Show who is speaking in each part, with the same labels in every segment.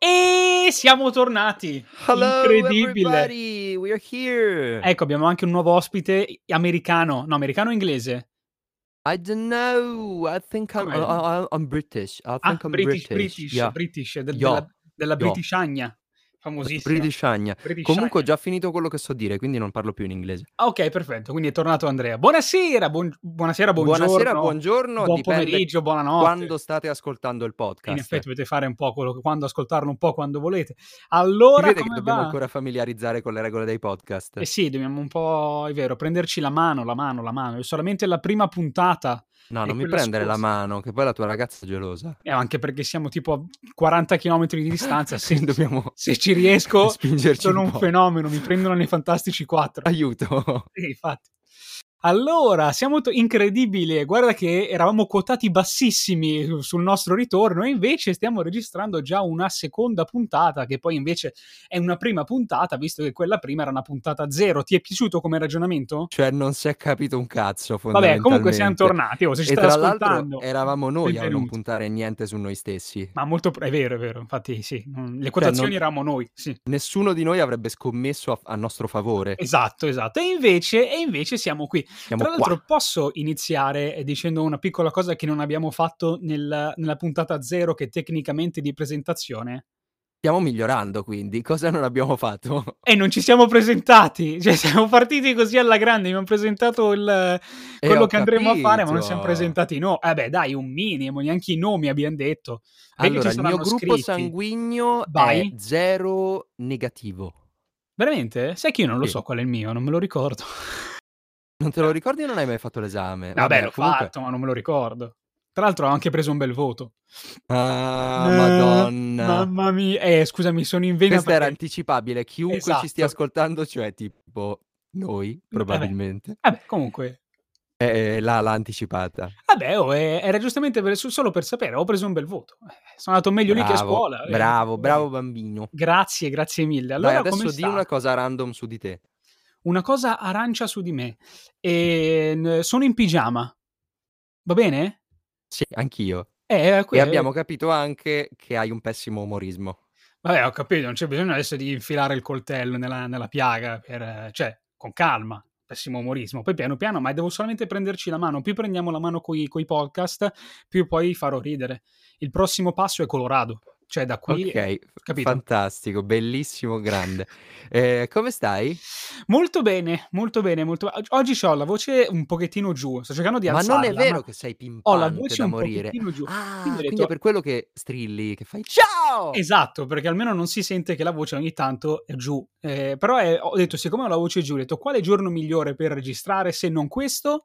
Speaker 1: E siamo tornati.
Speaker 2: Hello,
Speaker 1: Incredibile.
Speaker 2: everybody, we are here.
Speaker 1: Ecco, abbiamo anche un nuovo ospite americano. No, americano o inglese?
Speaker 2: I don't know. I think I'm,
Speaker 1: Com'è?
Speaker 2: I, I, I'm British. I
Speaker 1: Ah,
Speaker 2: think I'm
Speaker 1: British,
Speaker 2: British.
Speaker 1: British,
Speaker 2: Yeah.
Speaker 1: British, del-
Speaker 2: Yo.
Speaker 1: della, della
Speaker 2: Yo.
Speaker 1: Britishagna. Famosissima.
Speaker 2: British Agna.
Speaker 1: British
Speaker 2: Comunque ho
Speaker 1: Agna.
Speaker 2: già finito quello che so dire, quindi non parlo più in inglese.
Speaker 1: Ah, Ok, perfetto. Quindi è tornato Andrea. Buonasera, buon- buonasera, buongiorno.
Speaker 2: Buonasera, buongiorno.
Speaker 1: buon
Speaker 2: dipende
Speaker 1: pomeriggio, buonanotte.
Speaker 2: Quando state ascoltando il podcast.
Speaker 1: In effetti
Speaker 2: Si
Speaker 1: potete fare un po' quello che quando ascoltarlo, un po' quando volete. Allora,
Speaker 2: vede che
Speaker 1: come
Speaker 2: dobbiamo
Speaker 1: va?
Speaker 2: ancora familiarizzare con le regole dei podcast.
Speaker 1: Eh sì, dobbiamo un po', è vero, prenderci la mano, la mano, la mano. È solamente la prima puntata
Speaker 2: No,
Speaker 1: e
Speaker 2: non mi
Speaker 1: quella
Speaker 2: prendere la
Speaker 1: scorsa.
Speaker 2: mano, che poi la tua ragazza è gelosa.
Speaker 1: Eh, anche perché siamo tipo a 40 km di distanza. Se,
Speaker 2: dobbiamo
Speaker 1: se ci riesco,
Speaker 2: spingerci
Speaker 1: sono
Speaker 2: un
Speaker 1: un
Speaker 2: po'.
Speaker 1: fenomeno. Mi prendono nei Fantastici 4.
Speaker 2: Aiuto.
Speaker 1: Sì, infatti. Allora, siamo to- incredibile. Guarda che eravamo quotati bassissimi su- sul nostro ritorno e invece stiamo registrando già una seconda puntata che poi invece è una prima puntata, visto che quella prima era una puntata zero. Ti è piaciuto come ragionamento?
Speaker 2: Cioè non si è capito un cazzo
Speaker 1: Vabbè, comunque siamo
Speaker 2: fondamentalmente.
Speaker 1: tornati. Oh, se ci
Speaker 2: E
Speaker 1: stai
Speaker 2: tra l'altro
Speaker 1: ascoltando.
Speaker 2: eravamo noi a non
Speaker 1: benvenuti.
Speaker 2: puntare niente su noi stessi.
Speaker 1: Ma molto è vero, è vero. Infatti, sì, non- le quotazioni
Speaker 2: Cioè, non-
Speaker 1: eravamo noi, sì.
Speaker 2: Nessuno di noi avrebbe scommesso a, a nostro favore.
Speaker 1: Esatto, esatto. E invece, e invece siamo qui.
Speaker 2: Siamo
Speaker 1: Tra
Speaker 2: qua.
Speaker 1: l'altro, posso iniziare eh, dicendo una piccola cosa che non abbiamo fatto nel- nella puntata zero, che è tecnicamente di presentazione.
Speaker 2: Stiamo migliorando quindi. Cosa non abbiamo fatto?
Speaker 1: E non ci siamo presentati. Cioè, siamo partiti così alla grande. Abbiamo presentato il,
Speaker 2: Eh,
Speaker 1: quello
Speaker 2: ho
Speaker 1: che andremo a fare, ma non
Speaker 2: capito.
Speaker 1: siamo presentati. No, eh beh, dai, un minimo, neanche i nomi abbiamo detto. Vedi che
Speaker 2: Allora,
Speaker 1: ci
Speaker 2: il mio
Speaker 1: saranno
Speaker 2: gruppo
Speaker 1: scritti.
Speaker 2: sanguigno
Speaker 1: Vai.
Speaker 2: è zero negativo.
Speaker 1: Veramente? Sai che io non lo
Speaker 2: Sì.
Speaker 1: so qual è il mio, non me lo ricordo.
Speaker 2: Non te lo ricordi o non hai mai fatto l'esame?
Speaker 1: Vabbè, l'ho
Speaker 2: comunque-
Speaker 1: fatto, ma non me lo ricordo. Tra l'altro ho anche preso un bel voto.
Speaker 2: Ah,
Speaker 1: Eh,
Speaker 2: madonna.
Speaker 1: Mamma mia. Eh, scusami, sono in vena
Speaker 2: Questo era
Speaker 1: perché-
Speaker 2: anticipabile. Chiunque
Speaker 1: Esatto. Eh,
Speaker 2: ci stia ascoltando, cioè tipo noi, probabilmente.
Speaker 1: Vabbè, comunque.
Speaker 2: Eh, l'ha, l'ha anticipata.
Speaker 1: Vabbè, oh, eh, era giustamente per- su- solo per sapere, ho preso un bel voto. Eh, sono andato meglio lì che a
Speaker 2: Bravo,
Speaker 1: scuola. eh.
Speaker 2: Bravo, bravo bambino.
Speaker 1: Grazie, grazie mille.
Speaker 2: Dai,
Speaker 1: Allora,
Speaker 2: adesso
Speaker 1: come
Speaker 2: di
Speaker 1: sta?
Speaker 2: una cosa random su di te.
Speaker 1: Una cosa arancia su di me. E, n- sono in pigiama. Va bene?
Speaker 2: Sì, anch'io.
Speaker 1: Eh, que-
Speaker 2: E abbiamo capito anche che hai un pessimo umorismo.
Speaker 1: Vabbè, ho capito, non c'è bisogno adesso di infilare il coltello nella, nella piaga, per, eh, cioè, con calma, pessimo umorismo. Poi piano piano, ma devo solamente prenderci la mano. Più prendiamo la mano coi, coi podcast, più poi farò ridere. Il prossimo passo è Colorado, cioè da qui...
Speaker 2: ok,
Speaker 1: capito.
Speaker 2: fantastico, bellissimo, grande. Eh, come stai?
Speaker 1: Molto bene, molto bene, molto bene. Oggi ho la voce un pochettino giù, sto cercando di
Speaker 2: Ma non
Speaker 1: alzarla.
Speaker 2: è vero
Speaker 1: ma
Speaker 2: che sei pimpante
Speaker 1: Ho la voce
Speaker 2: da
Speaker 1: un
Speaker 2: morire.
Speaker 1: pochettino giù.
Speaker 2: Ah,
Speaker 1: Quindi ho
Speaker 2: quindi,
Speaker 1: detto-
Speaker 2: è per quello che strilli, che fai ciao!
Speaker 1: Esatto, perché almeno non si sente che la voce ogni tanto è giù. Eh, però è- ho detto, siccome ho la voce giù, ho detto quale giorno migliore per registrare se non questo?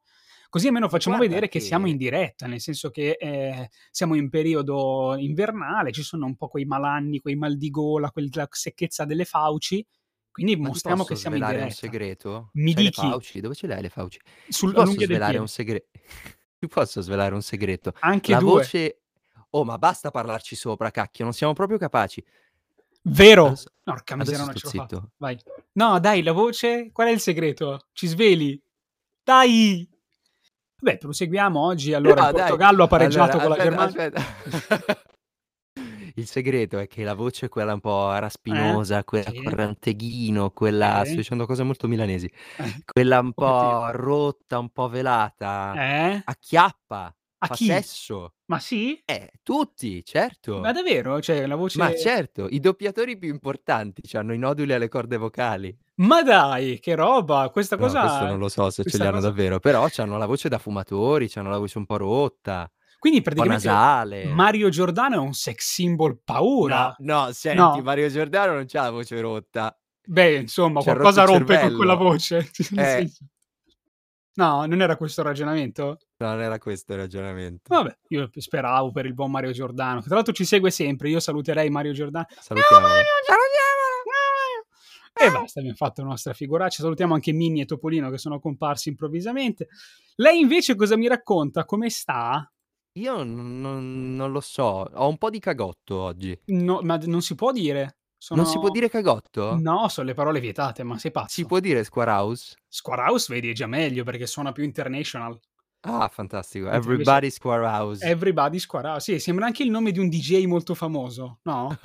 Speaker 1: Così almeno facciamo
Speaker 2: Guarda
Speaker 1: vedere che...
Speaker 2: che-
Speaker 1: siamo in diretta, nel senso che eh, siamo in periodo invernale, ci sono un po' quei malanni, quei mal di gola, quella secchezza delle fauci. Quindi
Speaker 2: Ma ti
Speaker 1: mostriamo
Speaker 2: posso
Speaker 1: che siamo in
Speaker 2: svelare
Speaker 1: diretta.
Speaker 2: un segreto?
Speaker 1: Mi
Speaker 2: C'hai le
Speaker 1: dici.
Speaker 2: Fauci? Dove ce l'hai le Fauci? Ti
Speaker 1: Sul,
Speaker 2: posso
Speaker 1: all'unghia del
Speaker 2: svelare un
Speaker 1: piede.
Speaker 2: segreto? Ti posso svelare un segreto?
Speaker 1: Anche
Speaker 2: la
Speaker 1: due.
Speaker 2: voce... Oh, ma basta parlarci sopra, cacchio, non siamo proprio capaci.
Speaker 1: Vero.
Speaker 2: Adesso-
Speaker 1: Porca miseria,
Speaker 2: Adesso
Speaker 1: non
Speaker 2: sto
Speaker 1: ce l'ho fatta.
Speaker 2: zitto.
Speaker 1: Vai. No, dai, la voce. Qual è il segreto? Ci sveli. Dai. Vabbè, proseguiamo oggi. Allora,
Speaker 2: No,
Speaker 1: il
Speaker 2: dai.
Speaker 1: Portogallo ha pareggiato
Speaker 2: Allora,
Speaker 1: con la Germania.
Speaker 2: aspetta, aspetta. Il segreto è che la voce è quella un po' raspinosa, quella
Speaker 1: Eh, Sì.
Speaker 2: corranteghino, quella,
Speaker 1: Sì.
Speaker 2: sto dicendo cose molto milanesi,
Speaker 1: Eh.
Speaker 2: quella un po'
Speaker 1: Pochettino.
Speaker 2: rotta, un po' velata,
Speaker 1: Eh?
Speaker 2: acchiappa,
Speaker 1: A
Speaker 2: fa
Speaker 1: chi?
Speaker 2: sesso.
Speaker 1: Ma sì?
Speaker 2: Eh, tutti, certo.
Speaker 1: Ma davvero? Cioè, la voce...
Speaker 2: Ma certo, i doppiatori più importanti cioè, hanno i noduli alle corde vocali.
Speaker 1: Ma dai, che roba! Questa
Speaker 2: No,
Speaker 1: cosa...
Speaker 2: questo non lo so se
Speaker 1: Esatto.
Speaker 2: ce
Speaker 1: questa
Speaker 2: li hanno
Speaker 1: cosa-
Speaker 2: davvero, però hanno la voce da fumatori, hanno la voce un po' rotta, un
Speaker 1: Quindi
Speaker 2: po'
Speaker 1: praticamente
Speaker 2: nasale.
Speaker 1: Mario Giordano è un sex symbol paura.
Speaker 2: No, no, senti,
Speaker 1: No.
Speaker 2: Mario Giordano non c'ha la voce rotta.
Speaker 1: Beh, insomma,
Speaker 2: Ci ha
Speaker 1: qualcosa
Speaker 2: rotto il
Speaker 1: rompe con
Speaker 2: cervello.
Speaker 1: quella voce. Nel
Speaker 2: Eh.
Speaker 1: senso- No, non era questo il ragionamento?
Speaker 2: No, Non era questo il ragionamento.
Speaker 1: Vabbè, io speravo per il buon Mario Giordano, che tra l'altro ci segue sempre. Io saluterei Mario Giordano.
Speaker 2: Salutiamo.
Speaker 1: E
Speaker 2: Ah. Eh,
Speaker 1: basta, abbiamo fatto la nostra figuraccia. Salutiamo anche Mini e Topolino che sono comparsi improvvisamente. Lei invece cosa mi racconta? Come sta?
Speaker 2: Io non, non- non lo so, ho un po' di cagotto oggi.
Speaker 1: No, ma non si può dire. Sono-
Speaker 2: Non si può dire cagotto?
Speaker 1: No, sono le parole vietate, ma sei pazzo.
Speaker 2: Si può dire squarehouse?
Speaker 1: Square House vedi è già meglio perché suona più international.
Speaker 2: Ah, fantastico. Everybody Square House.
Speaker 1: Everybody Square House. Sì, sembra anche il nome di un DJ molto famoso, no?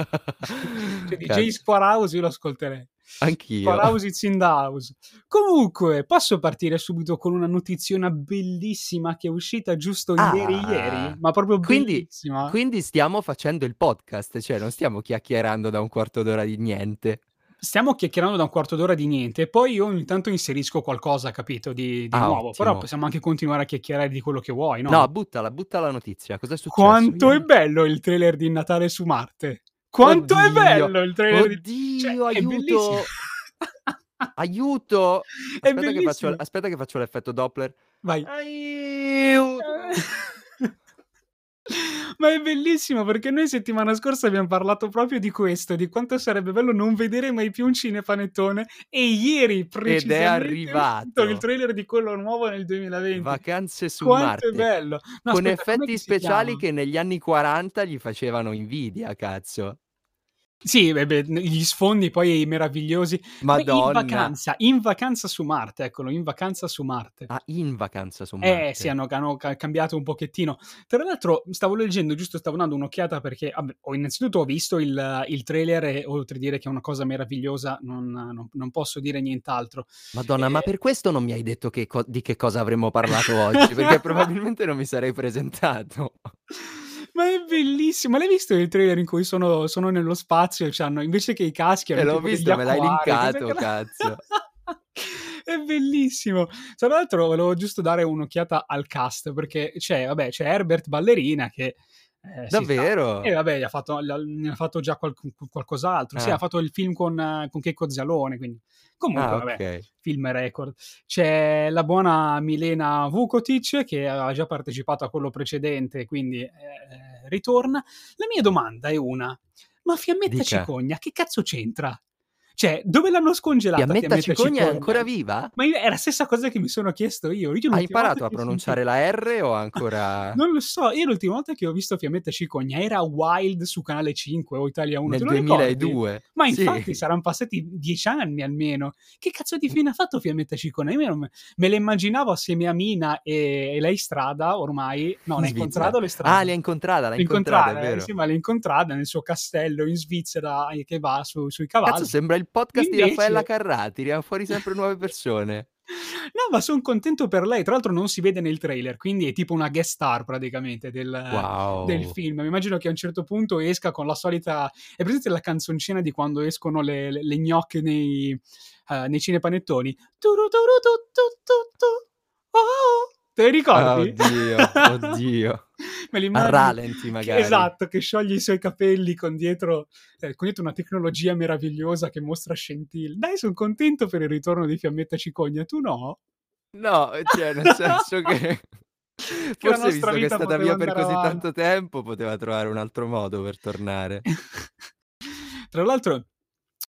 Speaker 1: cioè, DJ
Speaker 2: Cazzo.
Speaker 1: Square House io lo ascolterei.
Speaker 2: Anch'io.
Speaker 1: Square House it's in the house. Comunque, posso partire subito con una notiziona bellissima che è uscita giusto
Speaker 2: Ah.
Speaker 1: ieri ieri, ma proprio
Speaker 2: Quindi-
Speaker 1: bellissima.
Speaker 2: Quindi stiamo facendo il podcast, cioè non stiamo chiacchierando da un quarto d'ora di niente.
Speaker 1: Stiamo chiacchierando da un quarto d'ora di niente, poi io ogni tanto inserisco qualcosa, capito, di, di
Speaker 2: Ah,
Speaker 1: nuovo.
Speaker 2: ottimo.
Speaker 1: Però possiamo anche continuare a chiacchierare di quello che vuoi, no?
Speaker 2: No, certo, buttala, butta la notizia. Cos'è successo?
Speaker 1: Quanto
Speaker 2: ieri?
Speaker 1: è bello il trailer di Natale su Marte. Quanto è
Speaker 2: Oddio.
Speaker 1: bello il trailer di
Speaker 2: Oddio,
Speaker 1: Cioè, è
Speaker 2: aiuto.
Speaker 1: bellissimo.
Speaker 2: Aiuto!
Speaker 1: È
Speaker 2: Aspetta che, faccio,
Speaker 1: bellissimo.
Speaker 2: aspetta che faccio l'effetto Doppler.
Speaker 1: Vai.
Speaker 2: Aiuto! Ehm.
Speaker 1: Ma è bellissimo perché noi settimana scorsa abbiamo parlato proprio di questo, di quanto sarebbe bello non vedere mai più un cinepanettone e ieri precisamente
Speaker 2: arrivato.
Speaker 1: uscito il trailer di quello nuovo nel 2020.
Speaker 2: Vacanze su
Speaker 1: quanto
Speaker 2: Marte.
Speaker 1: è bello. No, aspetta,
Speaker 2: Con
Speaker 1: com'è
Speaker 2: effetti
Speaker 1: che si
Speaker 2: speciali
Speaker 1: chiama?
Speaker 2: che negli anni 40 gli facevano invidia, cazzo.
Speaker 1: Sì, beh, beh, gli sfondi poi meravigliosi. Come In
Speaker 2: Madonna.
Speaker 1: vacanza, in vacanza su Marte, eccolo, in vacanza su Marte.
Speaker 2: Ah, in vacanza su Marte.
Speaker 1: Eh sì, hanno, hanno ca- cambiato un pochettino. Tra l'altro, stavo leggendo, giusto stavo dando un'occhiata perché vabbè, ho innanzitutto ho visto il, il trailer e oltre a dire che è una cosa meravigliosa, non, non- non posso dire nient'altro.
Speaker 2: Madonna, ma
Speaker 1: Eh.
Speaker 2: per questo non mi hai detto che co- di che cosa avremmo parlato oggi, perché probabilmente non mi sarei presentato.
Speaker 1: Ma è bellissimo! L'hai visto il trailer in cui sono, sono nello spazio? Cioè hanno- invece che i caschi hanno
Speaker 2: Eh, l'ho
Speaker 1: tipo degli
Speaker 2: visto, me l'hai
Speaker 1: acquari, cose
Speaker 2: linkato,
Speaker 1: che-
Speaker 2: cazzo.
Speaker 1: È bellissimo. Tra l'altro, volevo giusto dare un'occhiata al cast perché c'è, vabbè, c'è Herbert Ballerina che eh, si sa-
Speaker 2: Davvero?
Speaker 1: E vabbè, gli ha fatto, gli ha- ne ha fatto già qualc- qualcos'altro. Sì,
Speaker 2: Ah.
Speaker 1: ha fatto il film con, eh, con Checco Zalone, quindi comunque,
Speaker 2: Ah,
Speaker 1: vabbè,
Speaker 2: ok.
Speaker 1: film record. C'è la buona Milena Vukotic che aveva già partecipato a quello precedente, quindi eh, ritorna. La mia domanda è una, ma Fiammetta
Speaker 2: Dica.
Speaker 1: Cicogna che cazzo c'entra? Cioè, dove l'hanno scongelata
Speaker 2: Fiammetta Cicogna è
Speaker 1: Cicogna?
Speaker 2: ancora viva?
Speaker 1: Ma io- è la stessa cosa che mi sono chiesto io. Io l'ultima
Speaker 2: Hai imparato
Speaker 1: volta
Speaker 2: a
Speaker 1: che ho
Speaker 2: pronunciare la R o ancora...
Speaker 1: non lo so, io l'ultima volta che ho visto Fiammetta Cicogna era Wild su Canale 5 o Italia 1,
Speaker 2: nel
Speaker 1: te lo ricordi?
Speaker 2: 2002.
Speaker 1: Ma
Speaker 2: Sì.
Speaker 1: infatti saranno passati dieci anni almeno. Che cazzo di fine ha fatto Fiammetta Cicogna? Io non me, me la immaginavo assieme a Mina e, e lei strada ormai. No,
Speaker 2: In
Speaker 1: l'ha
Speaker 2: Svizzera.
Speaker 1: incontrata o le strada?
Speaker 2: Ah, l'ha incontrata, l'ha incontrata,
Speaker 1: incontrata,
Speaker 2: è vero.
Speaker 1: eh, sì, ma l'ha incontrata nel suo castello in Svizzera eh, che va su- sui cavalli.
Speaker 2: Cazzo, sembra il podcast di
Speaker 1: Invece-
Speaker 2: Raffaella Carrà, tiriamo fuori sempre nuove persone.
Speaker 1: No, ma sono contento per lei. Tra l'altro non si vede nel trailer, quindi è tipo una guest star praticamente del,
Speaker 2: Wow.
Speaker 1: del film. Mi immagino che a un certo punto esca con la solita... È presente la canzoncina di quando escono le, le- le gnocche nei, eh, nei cinepanettoni? Turu turu tu tu tu tu. Oh, te li
Speaker 2: Ah,
Speaker 1: ricordi?
Speaker 2: oddio, oddio.
Speaker 1: Me li
Speaker 2: A
Speaker 1: immagino.
Speaker 2: ralenti
Speaker 1: Che-
Speaker 2: magari.
Speaker 1: Esatto, che scioglie i suoi capelli con dietro, eh, con dietro una tecnologia meravigliosa che mostra scintille. Dai, sono contento per il ritorno di Fiammetta Cicogna, tu no?
Speaker 2: No, cioè, nel senso che...
Speaker 1: la
Speaker 2: Forse visto
Speaker 1: nostra
Speaker 2: che è
Speaker 1: vita
Speaker 2: stata
Speaker 1: poteva
Speaker 2: via per
Speaker 1: andare
Speaker 2: così
Speaker 1: avanti. Eh,
Speaker 2: tanto tempo, poteva trovare un altro modo per tornare.
Speaker 1: Tra l'altro,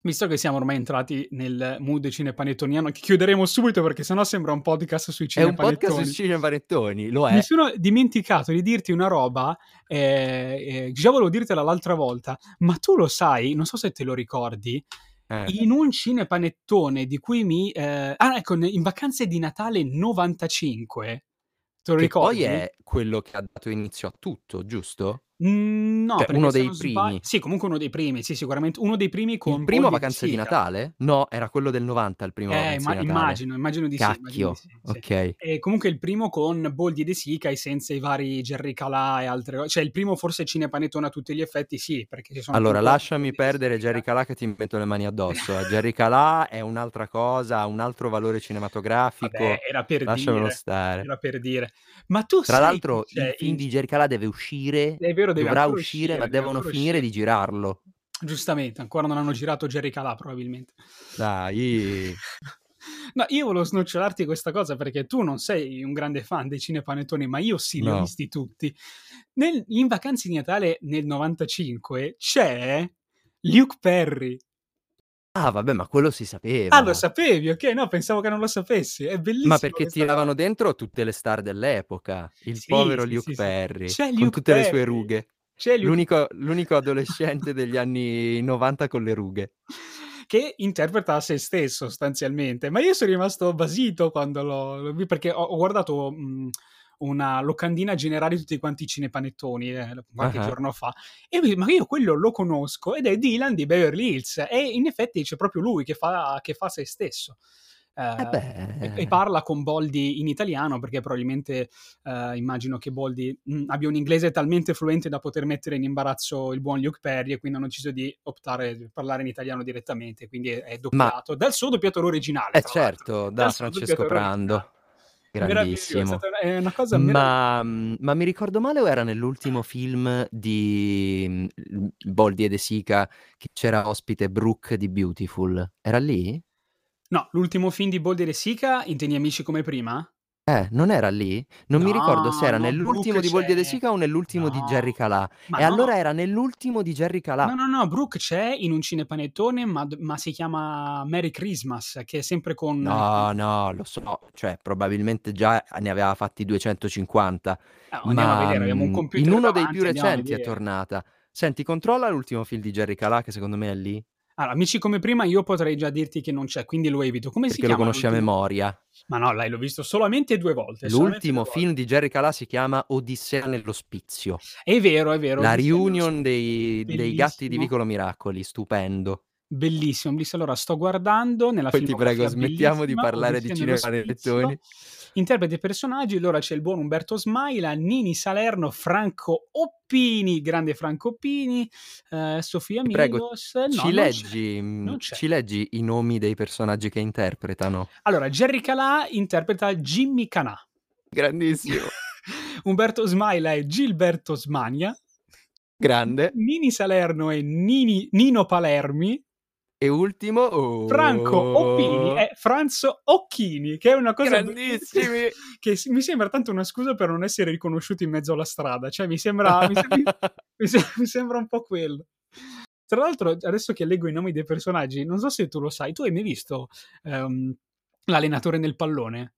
Speaker 1: visto che siamo ormai entrati nel mood cinepanettoniano, che chiuderemo subito perché sennò sembra un podcast sui
Speaker 2: È un podcast eh.
Speaker 1: cinepanettoni.
Speaker 2: su cinepanettoni, lo è.
Speaker 1: Mi sono dimenticato di dirti una roba, eh, eh, già volevo dirtela l'altra volta, ma tu lo sai, non so se te lo ricordi,
Speaker 2: Eh.
Speaker 1: in un cinepanettone di cui mi... eh, ah, ecco, in vacanze di Natale 95, te lo
Speaker 2: Che
Speaker 1: ricordi?
Speaker 2: poi è quello che ha dato inizio a tutto, giusto?
Speaker 1: Mm, no,
Speaker 2: Cioè,
Speaker 1: perché
Speaker 2: uno
Speaker 1: se
Speaker 2: dei
Speaker 1: non sbag-
Speaker 2: primi.
Speaker 1: Sì, comunque uno dei primi, sì, sicuramente uno dei primi con
Speaker 2: Il primo
Speaker 1: Polly
Speaker 2: Vacanze di
Speaker 1: Sica.
Speaker 2: Natale? No, era quello del 90 il primo
Speaker 1: Eh,
Speaker 2: Vacanze
Speaker 1: imma-
Speaker 2: di Natale.
Speaker 1: immagino, immagino di sì. immagino
Speaker 2: Cacchio,
Speaker 1: di sì, sì.
Speaker 2: ok.
Speaker 1: E comunque il primo con Boldi e De Sica e senza i vari Jerry Calà e altre cose. Cioè il primo forse Cinepanettone a tutti gli effetti, sì, perché ci sono
Speaker 2: Allora,
Speaker 1: appunto
Speaker 2: lasciami
Speaker 1: Boldi e De
Speaker 2: perdere
Speaker 1: Sica.
Speaker 2: Jerry Calà che ti metto le mani addosso. eh. Jerry Calà è un'altra cosa, ha un altro valore cinematografico.
Speaker 1: Vabbè, era per
Speaker 2: Lasciamelo
Speaker 1: dire,
Speaker 2: stare.
Speaker 1: era per dire. Ma tu
Speaker 2: Tra
Speaker 1: sai che
Speaker 2: l'altro, il
Speaker 1: c'è
Speaker 2: film
Speaker 1: cioè, in...
Speaker 2: di Jerry Calà deve uscire,
Speaker 1: È vero, deve
Speaker 2: dovrà
Speaker 1: ancora
Speaker 2: uscire, ma
Speaker 1: uscire, deve
Speaker 2: devono
Speaker 1: ancora
Speaker 2: finire
Speaker 1: uscire.
Speaker 2: di girarlo.
Speaker 1: Giustamente, ancora non hanno girato Jerry Calà probabilmente.
Speaker 2: Dai.
Speaker 1: No, io volevo snocciolarti questa cosa perché tu non sei un grande fan dei cinepanettoni, ma io sì, li ho
Speaker 2: No.
Speaker 1: visti tutti. Nel- in Vacanze di Natale nel 95 c'è Luke Perry.
Speaker 2: Ah, vabbè, ma quello si sapeva.
Speaker 1: Ah, lo sapevi, ok? No, pensavo che non lo sapessi. È bellissimo.
Speaker 2: Ma perché
Speaker 1: questa cosa.
Speaker 2: tiravano dentro tutte le star dell'epoca. Il
Speaker 1: Sì,
Speaker 2: povero
Speaker 1: sì,
Speaker 2: Luke
Speaker 1: sì, sì.
Speaker 2: Perry,
Speaker 1: C'è
Speaker 2: con
Speaker 1: Luke
Speaker 2: tutte le sue
Speaker 1: Perry.
Speaker 2: rughe.
Speaker 1: C'è Luke
Speaker 2: L'unico, l'unico adolescente degli anni 90 con le rughe.
Speaker 1: che interpreta se stesso sostanzialmente. Ma io sono rimasto basito quando l'ho, l'ho vi- perché ho, ho guardato mh, una locandina generale di tutti quanti i cinepanettoni eh, qualche
Speaker 2: Ah.
Speaker 1: giorno fa. E lui, ma io quello lo conosco ed è Dylan di Beverly Hills. E in effetti c'è proprio lui che fa, che fa se stesso. Eh,
Speaker 2: Eh beh,
Speaker 1: e, e parla con Boldi in italiano perché probabilmente eh, immagino che Boldi mh, abbia un inglese talmente fluente da poter mettere in imbarazzo il buon Luke Perry e quindi hanno deciso di optare per parlare in italiano direttamente quindi è, è doppiato dal suo doppiatore originale
Speaker 2: eh
Speaker 1: tra l'altro.
Speaker 2: certo, da
Speaker 1: Dal suo
Speaker 2: Francesco
Speaker 1: doppiatore originale.
Speaker 2: Prando,
Speaker 1: Meraviglioso, è
Speaker 2: grandissimo.
Speaker 1: stata- è una cosa meravigliosa
Speaker 2: Ma, mh, ma mi ricordo male o era nell'ultimo film di mh, Boldi e De Sica che c'era ospite Brooke di Beautiful? Era lì?
Speaker 1: no l'ultimo film di Boldi e De Sica intendi Amici come prima?
Speaker 2: Eh, non era lì? Non mi ricordo se
Speaker 1: no
Speaker 2: era
Speaker 1: no
Speaker 2: nell'ultimo
Speaker 1: Brooke
Speaker 2: di Boldi e De
Speaker 1: c'è
Speaker 2: Sica o nell'ultimo di Jerry
Speaker 1: no
Speaker 2: Calà.
Speaker 1: ma
Speaker 2: E
Speaker 1: no
Speaker 2: allora era nell'ultimo di Jerry Calà.
Speaker 1: No, no, no, Brooke c'è in un cinepanettone, ma, ma si chiama Merry Christmas, che è sempre con... Eh, con-
Speaker 2: No, no, lo so, cioè probabilmente già ne aveva fatti 250,
Speaker 1: Ah, andiamo a
Speaker 2: ma
Speaker 1: vedere, abbiamo un
Speaker 2: mh, in
Speaker 1: computer
Speaker 2: uno dei più
Speaker 1: davanti, andiamo a
Speaker 2: recenti è
Speaker 1: vedere.
Speaker 2: tornata. Senti, controlla l'ultimo film di Jerry Calà che secondo me è lì,
Speaker 1: Allora, amici come prima, io potrei già dirti che non c'è, quindi lo evito. Come si
Speaker 2: perché lo
Speaker 1: chiama
Speaker 2: conosci a
Speaker 1: l'ultimo?
Speaker 2: memoria.
Speaker 1: Ma no, dai, l'ho visto solamente due volte, solamente due
Speaker 2: L'ultimo
Speaker 1: volte.
Speaker 2: film di Jerry Calà si chiama Odissea nell'ospizio,
Speaker 1: È vero, è vero,
Speaker 2: la
Speaker 1: Odissea nello
Speaker 2: reunion
Speaker 1: spazio.
Speaker 2: dei, dei gatti di
Speaker 1: Bellissimo,
Speaker 2: Vicolo Miracoli, stupendo.
Speaker 1: bellissimo, bellissimo. Allora, sto guardando nella
Speaker 2: Poi ti prego,
Speaker 1: filmografia
Speaker 2: smettiamo di
Speaker 1: bellissima,
Speaker 2: parlare di
Speaker 1: Odissea nello spizio,
Speaker 2: cinepanettoni.
Speaker 1: interpreti e personaggi, allora c'è il buon Umberto Smaila, Nini Salerno, Franco Oppini, grande Franco Oppini, eh, Sofia
Speaker 2: Ti prego,
Speaker 1: Migos, Eh no,
Speaker 2: ci
Speaker 1: non c'è,
Speaker 2: leggi, mh,
Speaker 1: non c'è.
Speaker 2: ci leggi i nomi dei personaggi che interpretano.
Speaker 1: Allora, Jerry Calà interpreta Jimmy Canà.
Speaker 2: Grandissimo.
Speaker 1: Umberto Smaila è Gilberto Smagna.
Speaker 2: Grande.
Speaker 1: Nini Salerno è Nini- Nino Palermi.
Speaker 2: E ultimo,
Speaker 1: Franco Oppini
Speaker 2: oh,
Speaker 1: è Franzo Occhini, che è una cosa bellissima,
Speaker 2: grandissimi.
Speaker 1: che s- mi sembra tanto una scusa per non essere riconosciuto in mezzo alla strada. Cioè, mi sembra, mi sem- mi sem- mi sembra un po' quello. Tra l'altro, adesso che leggo i nomi dei personaggi, non so se tu lo sai, tu hai mai visto ehm, l'allenatore nel pallone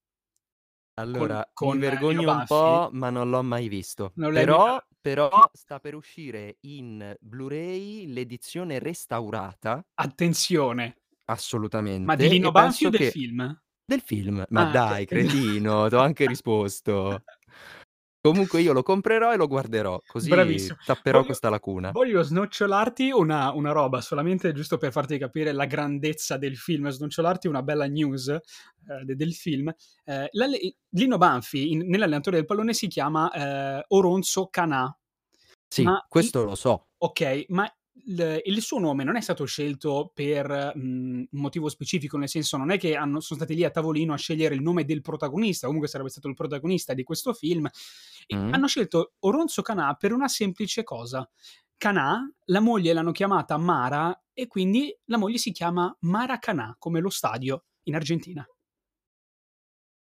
Speaker 1: con,
Speaker 2: Allora, mi
Speaker 1: con eh, Nino
Speaker 2: vergogno un
Speaker 1: Baffi?
Speaker 2: po', ma non l'ho mai visto.
Speaker 1: Non l'hai mica...
Speaker 2: Però, però sta per uscire in Blu-ray l'edizione restaurata,
Speaker 1: Attenzione, ma di
Speaker 2: assolutamente,
Speaker 1: Lino
Speaker 2: e
Speaker 1: Banfi o
Speaker 2: penso
Speaker 1: del
Speaker 2: che
Speaker 1: film?
Speaker 2: del film. Ma
Speaker 1: Ah, ok,
Speaker 2: dai, cretino, ti ho anche risposto. Comunque io lo comprerò e lo guarderò, così
Speaker 1: Bravissimo.
Speaker 2: tapperò
Speaker 1: Voglio,
Speaker 2: questa lacuna.
Speaker 1: voglio snocciolarti una, una roba, solamente giusto per farti capire la grandezza del film, snocciolarti una bella news eh, de- del film. Eh, l'alle- Lino Banfi in- nell'allenatore del pallone si chiama eh, Oronzo Canà,
Speaker 2: Sì,
Speaker 1: ma il-
Speaker 2: questo lo so.
Speaker 1: ok, ma il, il suo nome non è stato scelto per mh, un motivo specifico, nel senso non è che hanno- sono stati lì a tavolino a scegliere il nome del protagonista, comunque sarebbe stato il protagonista di questo film. E
Speaker 2: Mm?
Speaker 1: hanno scelto Oronzo Canà per una semplice cosa. Canà, la moglie l'hanno chiamata Mara e quindi la moglie si chiama Mara Canà, come lo stadio in Argentina.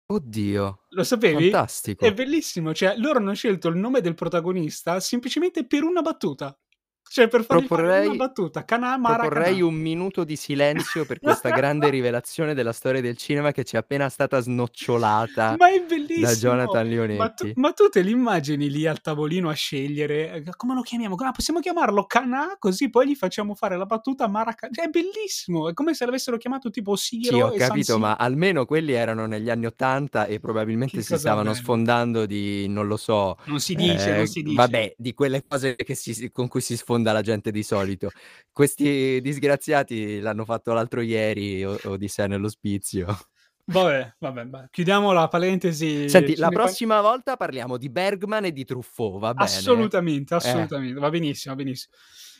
Speaker 2: Oddio,
Speaker 1: Lo sapevi? È
Speaker 2: fantastico.
Speaker 1: bellissimo, cioè loro hanno scelto il nome del protagonista semplicemente per una battuta. Cioè per fargli fare una
Speaker 2: Proporrei,
Speaker 1: battuta, Canà Mara
Speaker 2: proporrei
Speaker 1: Canà.
Speaker 2: un minuto di silenzio per questa grande rivelazione della storia del cinema che ci è appena stata snocciolata
Speaker 1: Ma è
Speaker 2: da
Speaker 1: bellissimo! Ma
Speaker 2: Jonathan
Speaker 1: tu,
Speaker 2: Leonetti.
Speaker 1: ma tu te li immagini lì al tavolino a scegliere eh, come lo chiamiamo? Ah, possiamo chiamarlo Canà, così poi gli facciamo fare la battuta Maraca. Cioè, è bellissimo! È come se l'avessero chiamato tipo
Speaker 2: Sì,
Speaker 1: Siro
Speaker 2: ho
Speaker 1: e San
Speaker 2: capito,
Speaker 1: Siro.
Speaker 2: ma almeno quelli erano negli anni Ottanta e
Speaker 1: Che
Speaker 2: probabilmente si
Speaker 1: cosa
Speaker 2: stavano
Speaker 1: bella!
Speaker 2: sfondando di, non lo so,
Speaker 1: Non si dice, non
Speaker 2: eh,
Speaker 1: si dice.
Speaker 2: vabbè, di quelle cose che si- si- con cui si sfonda la gente di solito. Questi disgraziati l'hanno fatto l'altro ieri, o, o di sé nell'ospizio.
Speaker 1: Vabbè, vabbè, vabbè. chiudiamo la parentesi.
Speaker 2: Senti, la
Speaker 1: cinepa-
Speaker 2: prossima volta parliamo di Bergman e di Truffaut, va bene?
Speaker 1: Assolutamente,
Speaker 2: Eh,
Speaker 1: assolutamente, va benissimo, va benissimo.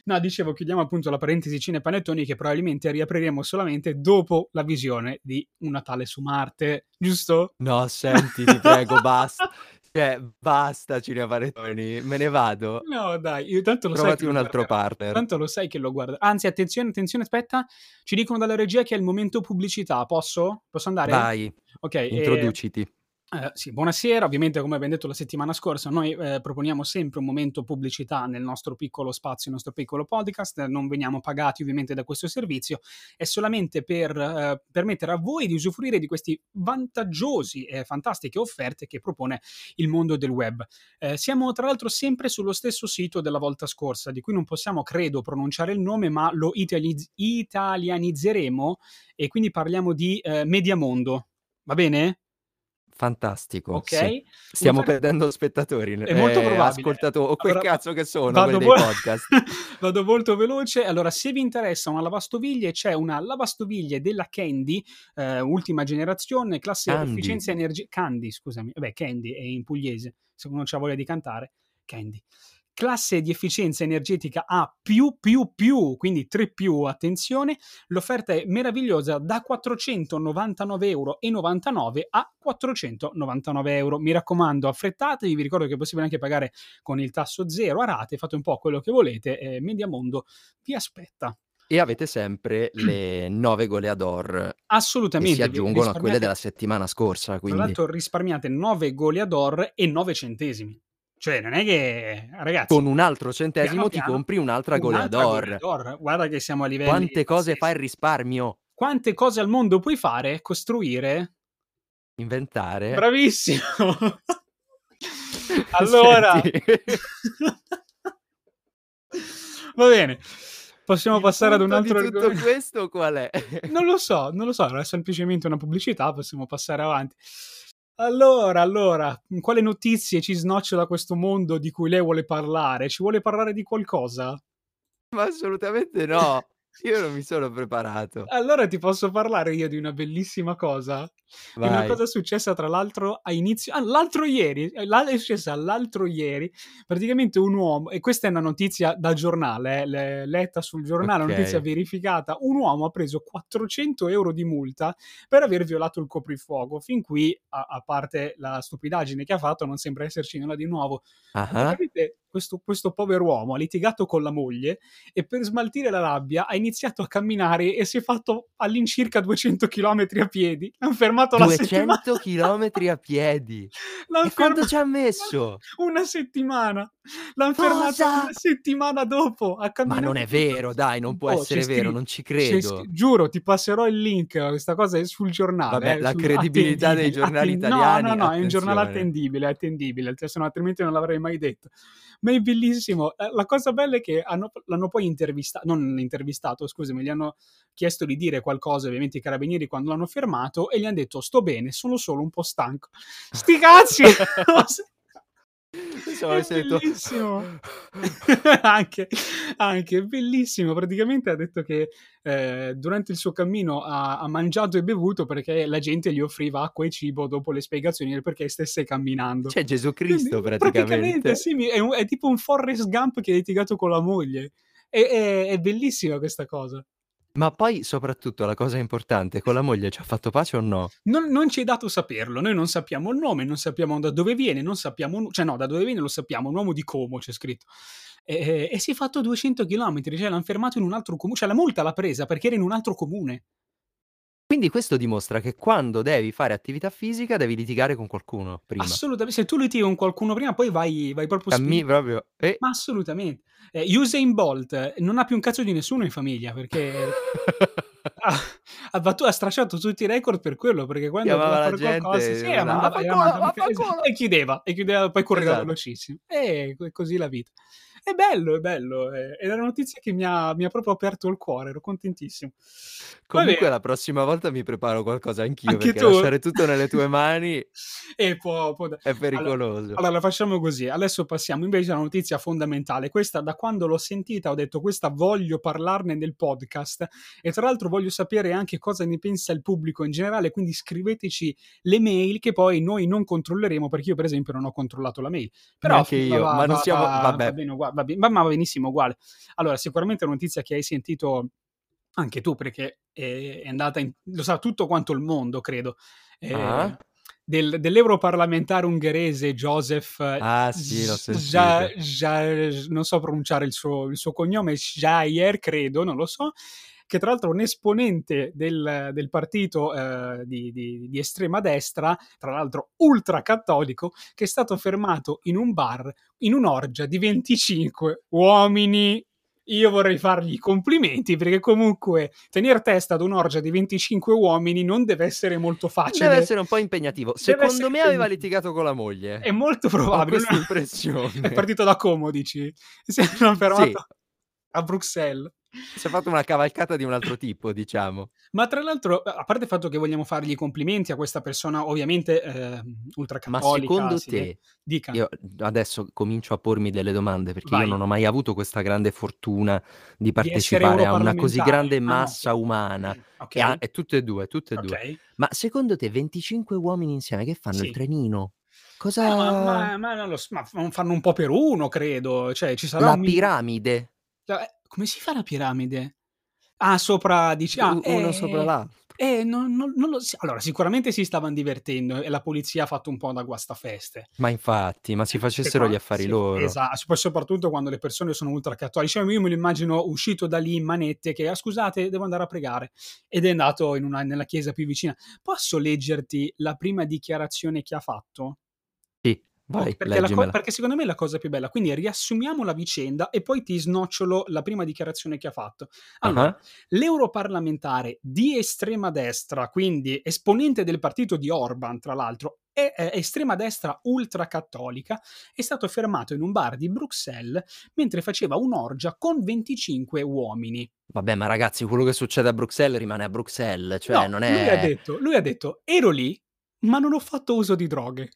Speaker 1: No, dicevo, chiudiamo appunto la parentesi cinepanettoni che probabilmente riapriremo solamente dopo la visione di Un Natale su Marte, giusto?
Speaker 2: no, senti, ti prego, basta. Cioè, basta, Cinepanettoni, me ne vado.
Speaker 1: No, dai, io tanto lo sai che
Speaker 2: Trovati
Speaker 1: lo
Speaker 2: un altro
Speaker 1: guarderò.
Speaker 2: partner.
Speaker 1: Tanto lo sai che lo guarderò. Anzi, attenzione, attenzione, aspetta, ci dicono dalla regia che è il momento pubblicità, posso? Posso andare?
Speaker 2: Vai,
Speaker 1: Ok, eh,
Speaker 2: introduciti.
Speaker 1: Eh, sì, buonasera, ovviamente come abbiamo detto la settimana scorsa noi eh, proponiamo sempre un momento pubblicità nel nostro piccolo spazio, nel nostro piccolo podcast, eh, non veniamo pagati ovviamente da questo servizio, è solamente per eh, permettere a voi di usufruire di queste vantaggiosi e fantastiche offerte che propone il mondo del web. Eh, siamo tra l'altro sempre sullo stesso sito della volta scorsa, di cui non possiamo credo pronunciare il nome, ma lo itali- italianizzeremo e quindi parliamo di eh, Mediamondo, va bene?
Speaker 2: Fantastico.
Speaker 1: Ok?
Speaker 2: sì. Stiamo
Speaker 1: Infatti-
Speaker 2: perdendo spettatori.
Speaker 1: È molto
Speaker 2: eh,
Speaker 1: probabile.
Speaker 2: Ascoltatori, o quel
Speaker 1: Allora,
Speaker 2: cazzo che sono
Speaker 1: Vado,
Speaker 2: quelli dei
Speaker 1: mo-
Speaker 2: podcast.
Speaker 1: vado molto veloce. Allora, se vi interessa una lavastoviglie, c'è una lavastoviglie della Candy, eh, ultima generazione, classe
Speaker 2: Candy.
Speaker 1: efficienza energia. Candy, scusami, beh, Candy è in pugliese, se uno ha voglia di cantare, Candy. Classe di efficienza energetica A, quindi 3 più, attenzione. L'offerta è meravigliosa da 499,99 euro a 499 euro. Mi raccomando, affrettatevi, vi ricordo che è possibile anche pagare con il tasso zero a rate, fate un po' quello che volete, eh, Mediamondo vi aspetta.
Speaker 2: E avete sempre le nove goleador che
Speaker 1: Assolutamente.
Speaker 2: si
Speaker 1: vi-
Speaker 2: aggiungono a quelle
Speaker 1: risparmiate-
Speaker 2: della settimana scorsa.
Speaker 1: Tra
Speaker 2: Quindi
Speaker 1: l'altro risparmiate 9 goleador e 9 centesimi. Cioè, non è che, ragazzi,
Speaker 2: con un altro centesimo
Speaker 1: Piano
Speaker 2: ti
Speaker 1: piano,
Speaker 2: compri un'altra
Speaker 1: un'altra
Speaker 2: goleador.
Speaker 1: goleador, Guarda che siamo a livelli
Speaker 2: Quante cose
Speaker 1: pazzeschi.
Speaker 2: fa il risparmio?
Speaker 1: Quante cose al mondo puoi fare? Costruire?
Speaker 2: Inventare.
Speaker 1: Bravissimo! allora...
Speaker 2: Senti.
Speaker 1: Va bene. Possiamo
Speaker 2: Il
Speaker 1: passare ad un
Speaker 2: punto
Speaker 1: altro
Speaker 2: di tutto
Speaker 1: argomento.
Speaker 2: questo qual è?
Speaker 1: non lo so, non lo so, era semplicemente una pubblicità, possiamo passare avanti. Allora, allora, quale notizie ci snocciola questo mondo di cui lei vuole parlare? Ci vuole parlare di qualcosa?
Speaker 2: Ma assolutamente no. Io non mi sono preparato.
Speaker 1: Allora ti posso parlare io di una bellissima cosa, di una
Speaker 2: Vai.
Speaker 1: cosa successa tra l'altro a inizio, ah, l'altro ieri, eh, l'al- è successa l'altro ieri, praticamente un uomo, e questa è una notizia da giornale, eh, le- letta sul giornale, una
Speaker 2: Ok.
Speaker 1: notizia verificata, un uomo ha preso 400 euro di multa per aver violato il coprifuoco, fin qui, a, a parte la stupidaggine che ha fatto, non sembra esserci nulla di nuovo,
Speaker 2: Ah,
Speaker 1: Praticamente questo, questo povero uomo ha litigato con la moglie e per smaltire la rabbia ha iniziato a camminare e si è fatto all'incirca 200 km a piedi. L'hanno fermato la settimana.
Speaker 2: 200 km a piedi.
Speaker 1: L'hanno
Speaker 2: E quanto
Speaker 1: fermato
Speaker 2: ci ha messo?
Speaker 1: Una settimana. L'hanno fermato
Speaker 2: Cosa?
Speaker 1: una settimana dopo. Ha
Speaker 2: Ma
Speaker 1: camminato
Speaker 2: non è vero, dai, non può
Speaker 1: Oh, c'è
Speaker 2: essere vero,
Speaker 1: scritto-
Speaker 2: non ci
Speaker 1: c'è
Speaker 2: credo.
Speaker 1: scr- giuro, ti passerò il link. Questa cosa è sul giornale.
Speaker 2: Vabbè,
Speaker 1: eh,
Speaker 2: la
Speaker 1: sul-
Speaker 2: credibilità
Speaker 1: attendibile,
Speaker 2: dei giornali
Speaker 1: atten-
Speaker 2: italiani,
Speaker 1: No, no, no, è un giornale
Speaker 2: attenzione.
Speaker 1: attendibile, attendibile, alt- se no altrimenti non l'avrei mai detto. Ma è bellissimo. Eh, La cosa bella è che hanno- l'hanno poi intervistato, non intervistato, scusami, gli hanno chiesto di dire qualcosa, ovviamente i carabinieri quando l'hanno fermato e gli hanno detto "Sto bene, sono solo un po' stanco". Sti cazzi!
Speaker 2: Pensavo
Speaker 1: È
Speaker 2: avesse detto-
Speaker 1: bellissimo. anche, anche, è bellissimo. Praticamente ha detto che eh, durante il suo cammino ha, ha mangiato e bevuto perché la gente gli offriva acqua e cibo dopo le spiegazioni del perché stesse camminando.
Speaker 2: C'è Gesù
Speaker 1: Quindi,
Speaker 2: Cioè, Cristo praticamente.
Speaker 1: sì, mi- è, un- è tipo un Forrest Gump che ha litigato con la moglie. E- È, è bellissima questa cosa.
Speaker 2: Ma poi, soprattutto, la cosa importante, con la moglie ci ha fatto pace o no?
Speaker 1: Non, non ci è dato saperlo, noi non sappiamo il nome, non sappiamo da dove viene, non sappiamo, nu- cioè no, da dove viene lo sappiamo, un uomo di Como c'è scritto. E, e si è fatto 200 km, cioè l'hanno fermato in un altro comune, cioè la multa l'ha presa perché era in un altro comune.
Speaker 2: Quindi questo dimostra che quando devi fare attività fisica devi litigare con qualcuno prima.
Speaker 1: Assolutamente, se tu litighi con qualcuno prima poi vai, vai proprio
Speaker 2: Cammi
Speaker 1: spinto.
Speaker 2: proprio... E...
Speaker 1: Ma assolutamente. Eh, Usain Bolt eh, non ha più un cazzo di nessuno in famiglia perché ha, ha, battu- ha stracciato tutti i record per quello perché quando
Speaker 2: Chiamava
Speaker 1: doveva
Speaker 2: la
Speaker 1: fare qualcosa
Speaker 2: gente,
Speaker 1: sì, la
Speaker 2: era,
Speaker 1: mandava-
Speaker 2: "Vaffanculo,
Speaker 1: la mandava in ca-
Speaker 2: vaffanculo!"
Speaker 1: e chiudeva e chiudeva poi correva
Speaker 2: Esatto.
Speaker 1: velocissimo e co- così la vita è bello è bello eh, è, una notizia che mi ha, mi ha proprio aperto il cuore ero contentissimo Va
Speaker 2: Comunque
Speaker 1: bene.
Speaker 2: la prossima volta mi preparo qualcosa anch'io,
Speaker 1: Anche
Speaker 2: perché
Speaker 1: tu?
Speaker 2: lasciare tutto nelle tue mani
Speaker 1: e può, può da-
Speaker 2: è
Speaker 1: Allora-
Speaker 2: pericoloso.
Speaker 1: Allora facciamo così, adesso passiamo invece alla notizia fondamentale. Questa da quando l'ho sentita ho detto questa voglio parlarne nel podcast e tra l'altro voglio sapere anche cosa ne pensa il pubblico in generale, quindi scriveteci le mail che poi noi non controlleremo perché io per esempio non ho controllato la mail. Però
Speaker 2: Neanche io, ma non siamo- vabbè.
Speaker 1: va bene uguale, va bene- ma- ma va benissimo uguale. Allora sicuramente è una notizia che hai sentito anche tu perché è, è andata in, lo sa tutto quanto il mondo, credo. Eh,
Speaker 2: Ah?
Speaker 1: del- dell'europarlamentare ungherese Joseph eh,
Speaker 2: Ah sì, l'ho
Speaker 1: Z-
Speaker 2: sentito.
Speaker 1: Ja- Ja- non so pronunciare il suo, il suo cognome, Jair credo, non lo so, che tra l'altro è un esponente del, del partito eh, di, di- di estrema destra, tra l'altro ultracattolico, che è stato fermato in un bar, in un'orgia di 25 uomini. Io vorrei fargli i complimenti perché comunque tenere testa ad un'orgia di 25 uomini non deve essere molto facile.
Speaker 2: Deve essere un po' impegnativo.
Speaker 1: Deve
Speaker 2: Secondo
Speaker 1: essere
Speaker 2: me aveva
Speaker 1: impegnativo.
Speaker 2: litigato con la moglie.
Speaker 1: È molto
Speaker 2: Ho
Speaker 1: probabile.
Speaker 2: questa impressione.
Speaker 1: È partito da Como, dici? Si è fermato. a Bruxelles.
Speaker 2: Si è fatta una cavalcata di un altro tipo, diciamo.
Speaker 1: Ma tra l'altro, a parte il fatto che vogliamo fargli i complimenti a questa persona, ovviamente eh,
Speaker 2: Ma
Speaker 1: ultracattolica.
Speaker 2: secondo
Speaker 1: sì,
Speaker 2: te,
Speaker 1: Dica.
Speaker 2: io adesso comincio a pormi delle domande perché
Speaker 1: Vai.
Speaker 2: io non ho mai avuto questa grande fortuna di
Speaker 1: Di essere
Speaker 2: partecipare a una così
Speaker 1: europarlamentare.
Speaker 2: grande
Speaker 1: Ah,
Speaker 2: massa
Speaker 1: ok.
Speaker 2: umana.
Speaker 1: Ok.
Speaker 2: E, a- e tutte e due, tutte e due.
Speaker 1: ok.
Speaker 2: Ma secondo te 25 uomini insieme che fanno
Speaker 1: Sì.
Speaker 2: il trenino?
Speaker 1: Eh,
Speaker 2: Cosa...
Speaker 1: ma,
Speaker 2: Ah.
Speaker 1: ma- ma non lo so, ma f- fanno un po' per uno, credo. Cioè, ci sarà
Speaker 2: La
Speaker 1: un min-
Speaker 2: piramide,
Speaker 1: Cioè, eh, come si fa la piramide? Ah, sopra, dici, ah,
Speaker 2: U- uno
Speaker 1: eh,
Speaker 2: sopra l'altro.
Speaker 1: eh, non, non- non lo si- Allora, sicuramente si stavano divertendo e la polizia ha fatto un po' da guastafeste.
Speaker 2: Ma infatti,
Speaker 1: eh,
Speaker 2: ma si facessero gli affari loro.
Speaker 1: Esatto, poi soprattutto quando le persone sono ultracattoliche. Cioè, io me lo immagino uscito da lì in manette che, "Ah, scusate, devo andare a pregare. Ed è andato in una- nella chiesa più vicina. Posso leggerti la prima dichiarazione che ha fatto?
Speaker 2: Sì, vai,
Speaker 1: Ok, perché, la co-
Speaker 2: leggemela.
Speaker 1: perché secondo me è la cosa più bella. Quindi riassumiamo la vicenda e poi ti snocciolo la prima dichiarazione che ha fatto. Allora,
Speaker 2: Ah,
Speaker 1: l'europarlamentare di estrema destra, quindi esponente del partito di Orban, tra l'altro, e eh, estrema destra ultracattolica, è stato fermato in un bar di Bruxelles mentre faceva un'orgia con 25 uomini.
Speaker 2: Vabbè, ma ragazzi, quello che succede a Bruxelles rimane a Bruxelles, cioè
Speaker 1: No,
Speaker 2: non
Speaker 1: lui, ha
Speaker 2: è...
Speaker 1: detto, lui ha detto, ero lì, ma non ho fatto uso di droghe.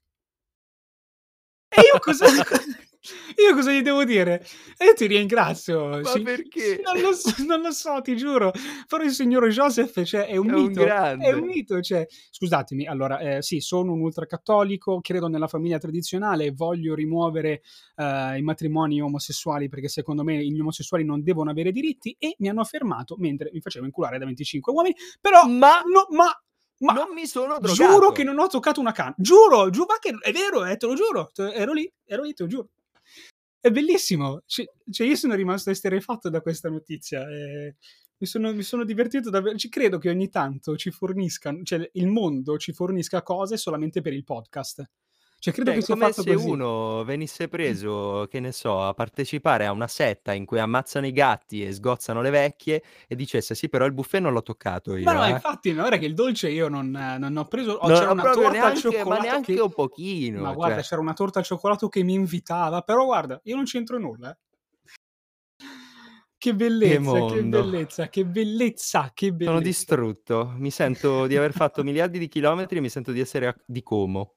Speaker 1: E io cosa, io cosa gli devo dire? E io ti ringrazio.
Speaker 2: Ma
Speaker 1: sì.
Speaker 2: perché?
Speaker 1: Non lo, so, non lo so, ti giuro. Però il signor Joseph cioè, è un
Speaker 2: È un
Speaker 1: mito. è un
Speaker 2: grande.
Speaker 1: mito. cioè. Scusatemi, allora, eh, sì, sono un ultracattolico, credo nella famiglia tradizionale, voglio rimuovere eh, i matrimoni omosessuali perché secondo me gli omosessuali non devono avere diritti e mi hanno fermato mentre mi facevo inculare da 25 uomini. Però,
Speaker 2: Ma
Speaker 1: no, ma, ma
Speaker 2: non mi sono drogato.
Speaker 1: giuro che non ho toccato una canna. Giuro, giuro, ma che è vero, eh, te lo giuro. te- ero lì, ero lì, te lo giuro. È bellissimo. Cioè, cioè, io sono rimasto esterefatto da questa notizia. eh, mi, sono, mi sono divertito davvero. Ci credo che ogni tanto ci forniscano, cioè il mondo ci fornisca cose solamente per il podcast. Cioè, credo
Speaker 2: Cioè,
Speaker 1: che sia
Speaker 2: come
Speaker 1: fatto
Speaker 2: se
Speaker 1: così. Mm.
Speaker 2: uno venisse preso, che ne so, a partecipare a una setta in cui ammazzano i gatti e sgozzano le vecchie e dicesse sì, però il buffet non l'ho toccato io.
Speaker 1: Ma no,
Speaker 2: eh.
Speaker 1: infatti, no, ora che il dolce io non, eh, non ho preso. Oh,
Speaker 2: Non
Speaker 1: c'era
Speaker 2: ho
Speaker 1: una
Speaker 2: proprio
Speaker 1: torta al
Speaker 2: neanche, ma
Speaker 1: cioccolato
Speaker 2: neanche
Speaker 1: che.
Speaker 2: un
Speaker 1: Ma
Speaker 2: pochino.
Speaker 1: guarda,
Speaker 2: Cioè.
Speaker 1: c'era una torta al cioccolato che mi invitava. Però guarda, io non c'entro nulla. eh. Che
Speaker 2: Che
Speaker 1: bellezza, che
Speaker 2: mondo.
Speaker 1: bellezza, che bellezza, che
Speaker 2: Sono
Speaker 1: bellezza.
Speaker 2: distrutto. Mi sento di aver fatto miliardi di chilometri e mi sento di essere a- di Como.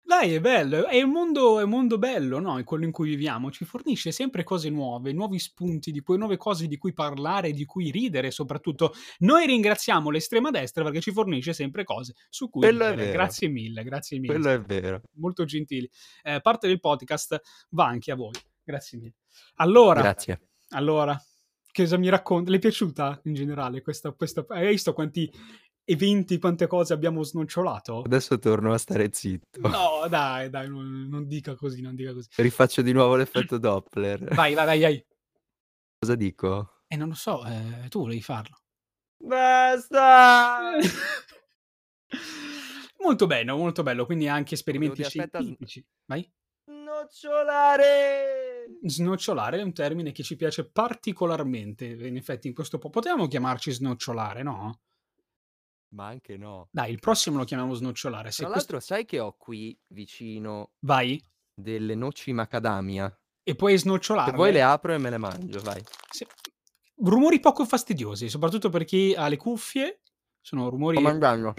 Speaker 1: Dai, è bello, è un, mondo, è un mondo bello, no? È quello in cui viviamo, ci fornisce sempre cose nuove, nuovi spunti, di cui, nuove cose di cui parlare, di cui ridere soprattutto. Noi ringraziamo l'estrema destra perché ci fornisce sempre cose su cui
Speaker 2: Quello è
Speaker 1: ridere.
Speaker 2: vero.
Speaker 1: Grazie mille, grazie mille,
Speaker 2: Quello è vero.
Speaker 1: molto gentili. Eh, parte del podcast va anche a voi, grazie mille. Allora,
Speaker 2: Grazie.
Speaker 1: allora, che cosa mi racconta? Le è piaciuta in generale questa... questa... Hai visto quanti eventi, quante cose abbiamo snocciolato?
Speaker 2: Adesso torno a stare zitto.
Speaker 1: No, dai, dai, non, non dica così, non dica così.
Speaker 2: Rifaccio di nuovo l'effetto Doppler.
Speaker 1: Vai, vai, vai, vai.
Speaker 2: Cosa dico?
Speaker 1: Eh, non lo so, eh, tu volevi farlo.
Speaker 2: Basta!
Speaker 1: molto bello, molto bello, quindi anche
Speaker 2: Volevo
Speaker 1: esperimenti
Speaker 2: dire, aspetta, sn-
Speaker 1: scientifici. Vai.
Speaker 2: Snocciolare!
Speaker 1: Snocciolare è un termine che ci piace particolarmente, in effetti in questo po- potevamo chiamarci snocciolare, no?
Speaker 2: Ma anche no.
Speaker 1: Dai, il prossimo lo chiamiamo snocciolare. Se
Speaker 2: Tra
Speaker 1: questo...
Speaker 2: l'altro, sai che ho qui vicino
Speaker 1: Vai
Speaker 2: delle noci macadamia?
Speaker 1: e puoi
Speaker 2: Se vuoi
Speaker 1: snocciolarle.
Speaker 2: le apro e me le mangio, vai.
Speaker 1: Se- Rumori poco fastidiosi, soprattutto per chi ha le cuffie. Sono rumori
Speaker 2: Sto mangiando,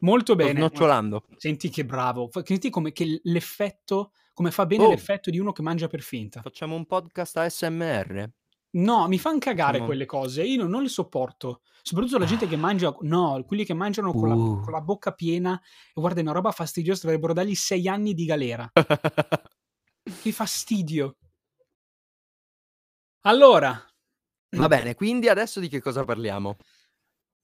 Speaker 1: molto
Speaker 2: sto
Speaker 1: bene.
Speaker 2: snocciolando.
Speaker 1: Senti che bravo, Fa- senti come che l'effetto, come fa bene
Speaker 2: Oh.
Speaker 1: l'effetto di uno che mangia per finta.
Speaker 2: Facciamo un podcast ASMR?
Speaker 1: No, mi fanno cagare
Speaker 2: Facciamo-
Speaker 1: quelle cose, io non, non le sopporto. Soprattutto la gente che
Speaker 2: Ah.
Speaker 1: mangia, no, quelli che mangiano con la,
Speaker 2: Uh.
Speaker 1: con la bocca piena, e guarda, è una roba fastidiosa, dovrebbero dargli sei anni di galera. Che fastidio. Allora,
Speaker 2: Va bene, quindi adesso di che cosa parliamo?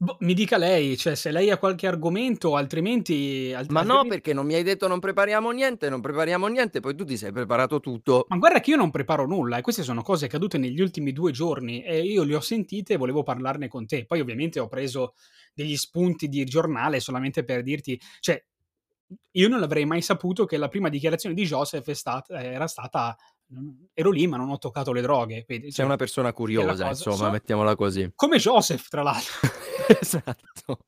Speaker 1: boh, mi dica lei, cioè, se lei ha qualche argomento, altrimenti... alt-
Speaker 2: Ma no,
Speaker 1: altrimenti-
Speaker 2: perché non mi hai detto non prepariamo niente, non prepariamo niente, poi tu ti sei preparato tutto.
Speaker 1: Ma guarda che io non preparo nulla e queste sono cose accadute negli ultimi due giorni e io le ho sentite e volevo parlarne con te. Poi ovviamente ho preso degli spunti di giornale solamente per dirti, cioè io non l'avrei mai saputo che la prima dichiarazione di Joseph è stata, era stata ero lì ma non ho toccato le droghe. Quindi,
Speaker 2: Sei
Speaker 1: cioè,
Speaker 2: una persona
Speaker 1: è la
Speaker 2: curiosa,
Speaker 1: cosa-
Speaker 2: insomma,
Speaker 1: so-
Speaker 2: mettiamola così.
Speaker 1: come Joseph tra l'altro.
Speaker 2: esatto.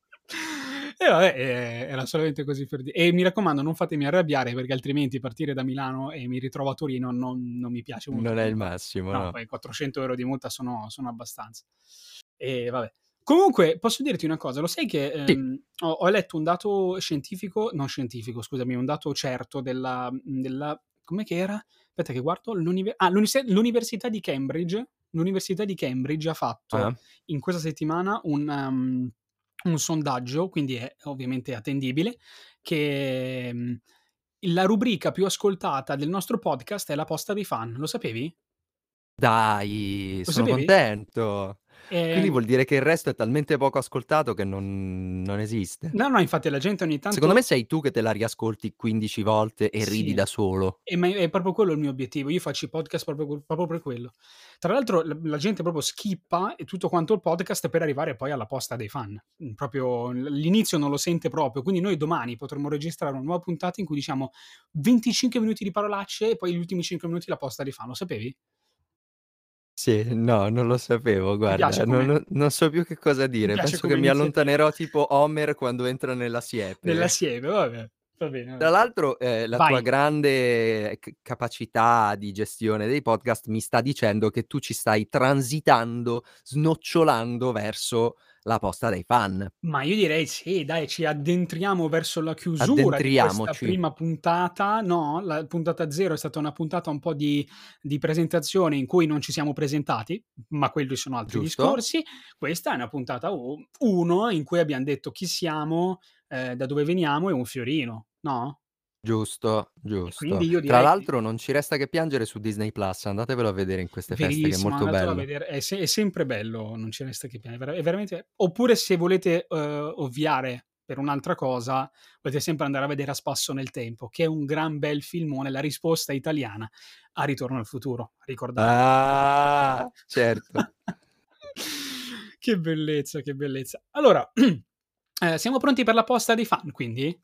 Speaker 1: E vabbè, eh, era solamente così per dire. E mi raccomando, non fatemi arrabbiare perché altrimenti partire da Milano e mi ritrovo a Torino non, non mi piace molto.
Speaker 2: Non è il massimo,
Speaker 1: No,
Speaker 2: no.
Speaker 1: poi 400 euro di multa sono, sono abbastanza. E vabbè. Comunque, posso dirti una cosa, lo sai che ehm, ho, ho letto un dato scientifico, non scientifico, scusami, un dato certo della... della com'è che era? Aspetta che guardo, l'univer- ah, l'univers- l'università di Cambridge, l'università di Cambridge ha fatto
Speaker 2: Ah,
Speaker 1: in questa settimana un, um, un sondaggio, quindi è ovviamente attendibile, che um, la rubrica più ascoltata del nostro podcast è la posta dei fan, lo sapevi?
Speaker 2: Dai,
Speaker 1: Lo
Speaker 2: sono
Speaker 1: sapevi?
Speaker 2: contento.
Speaker 1: Eh,
Speaker 2: Quindi vuol dire che il resto è talmente poco ascoltato che non, non esiste.
Speaker 1: No, no, infatti la gente ogni tanto...
Speaker 2: Secondo me sei tu che te la riascolti 15 volte e
Speaker 1: Sì.
Speaker 2: ridi da solo.
Speaker 1: E ma è proprio quello il mio obiettivo. Io faccio i podcast proprio, proprio per quello. Tra l'altro, la, la gente proprio skippa e tutto quanto il podcast per arrivare poi alla posta dei fan. Mm, Proprio l- l'inizio non lo sente proprio. Quindi, noi domani potremo registrare una nuova puntata in cui diciamo 25 minuti di parolacce e poi gli ultimi 5 minuti la posta dei fan. Lo sapevi?
Speaker 2: Sì, no, non lo sapevo,
Speaker 1: piace
Speaker 2: guarda, non,
Speaker 1: come-
Speaker 2: non- non so più che cosa dire.
Speaker 1: piace
Speaker 2: Penso
Speaker 1: come
Speaker 2: che mi
Speaker 1: inizia-
Speaker 2: allontanerò tipo Homer quando entra nella siepe.
Speaker 1: Nell'assieme, vabbè. Va bene. va
Speaker 2: Tra
Speaker 1: bene.
Speaker 2: l'altro, eh, la
Speaker 1: Vai.
Speaker 2: tua grande eh, c- capacità di gestione dei podcast mi sta dicendo che tu ci stai transitando, snocciolando verso la posta dei fan.
Speaker 1: Ma io direi sì, dai, ci addentriamo verso la chiusura di questa
Speaker 2: Addentriamoci.
Speaker 1: prima puntata. No, la puntata zero è stata una puntata un po' di, di presentazione in cui non ci siamo presentati, ma quelli sono altri
Speaker 2: Giusto.
Speaker 1: discorsi. Questa è una puntata 1 in cui abbiamo detto chi siamo, eh, da dove veniamo e un fiorino, no?
Speaker 2: Giusto,
Speaker 1: E
Speaker 2: giusto.
Speaker 1: quindi io
Speaker 2: Tra
Speaker 1: direi che
Speaker 2: l'altro non ci resta che piangere su Disney Plus, andatevelo a vedere in queste feste che è
Speaker 1: Verissimo,
Speaker 2: molto
Speaker 1: andatelo a
Speaker 2: bello.
Speaker 1: vedere, è, se- è sempre bello, non ci resta che piangere, è ver- è veramente... Oppure se volete eh, ovviare per un'altra cosa, potete sempre andare a vedere A Spasso nel Tempo, che è un gran bel filmone, la risposta italiana a Ritorno al Futuro, ricordate.
Speaker 2: Ah, certo.
Speaker 1: che bellezza, che bellezza. Allora, eh, siamo pronti per la posta dei fan, quindi?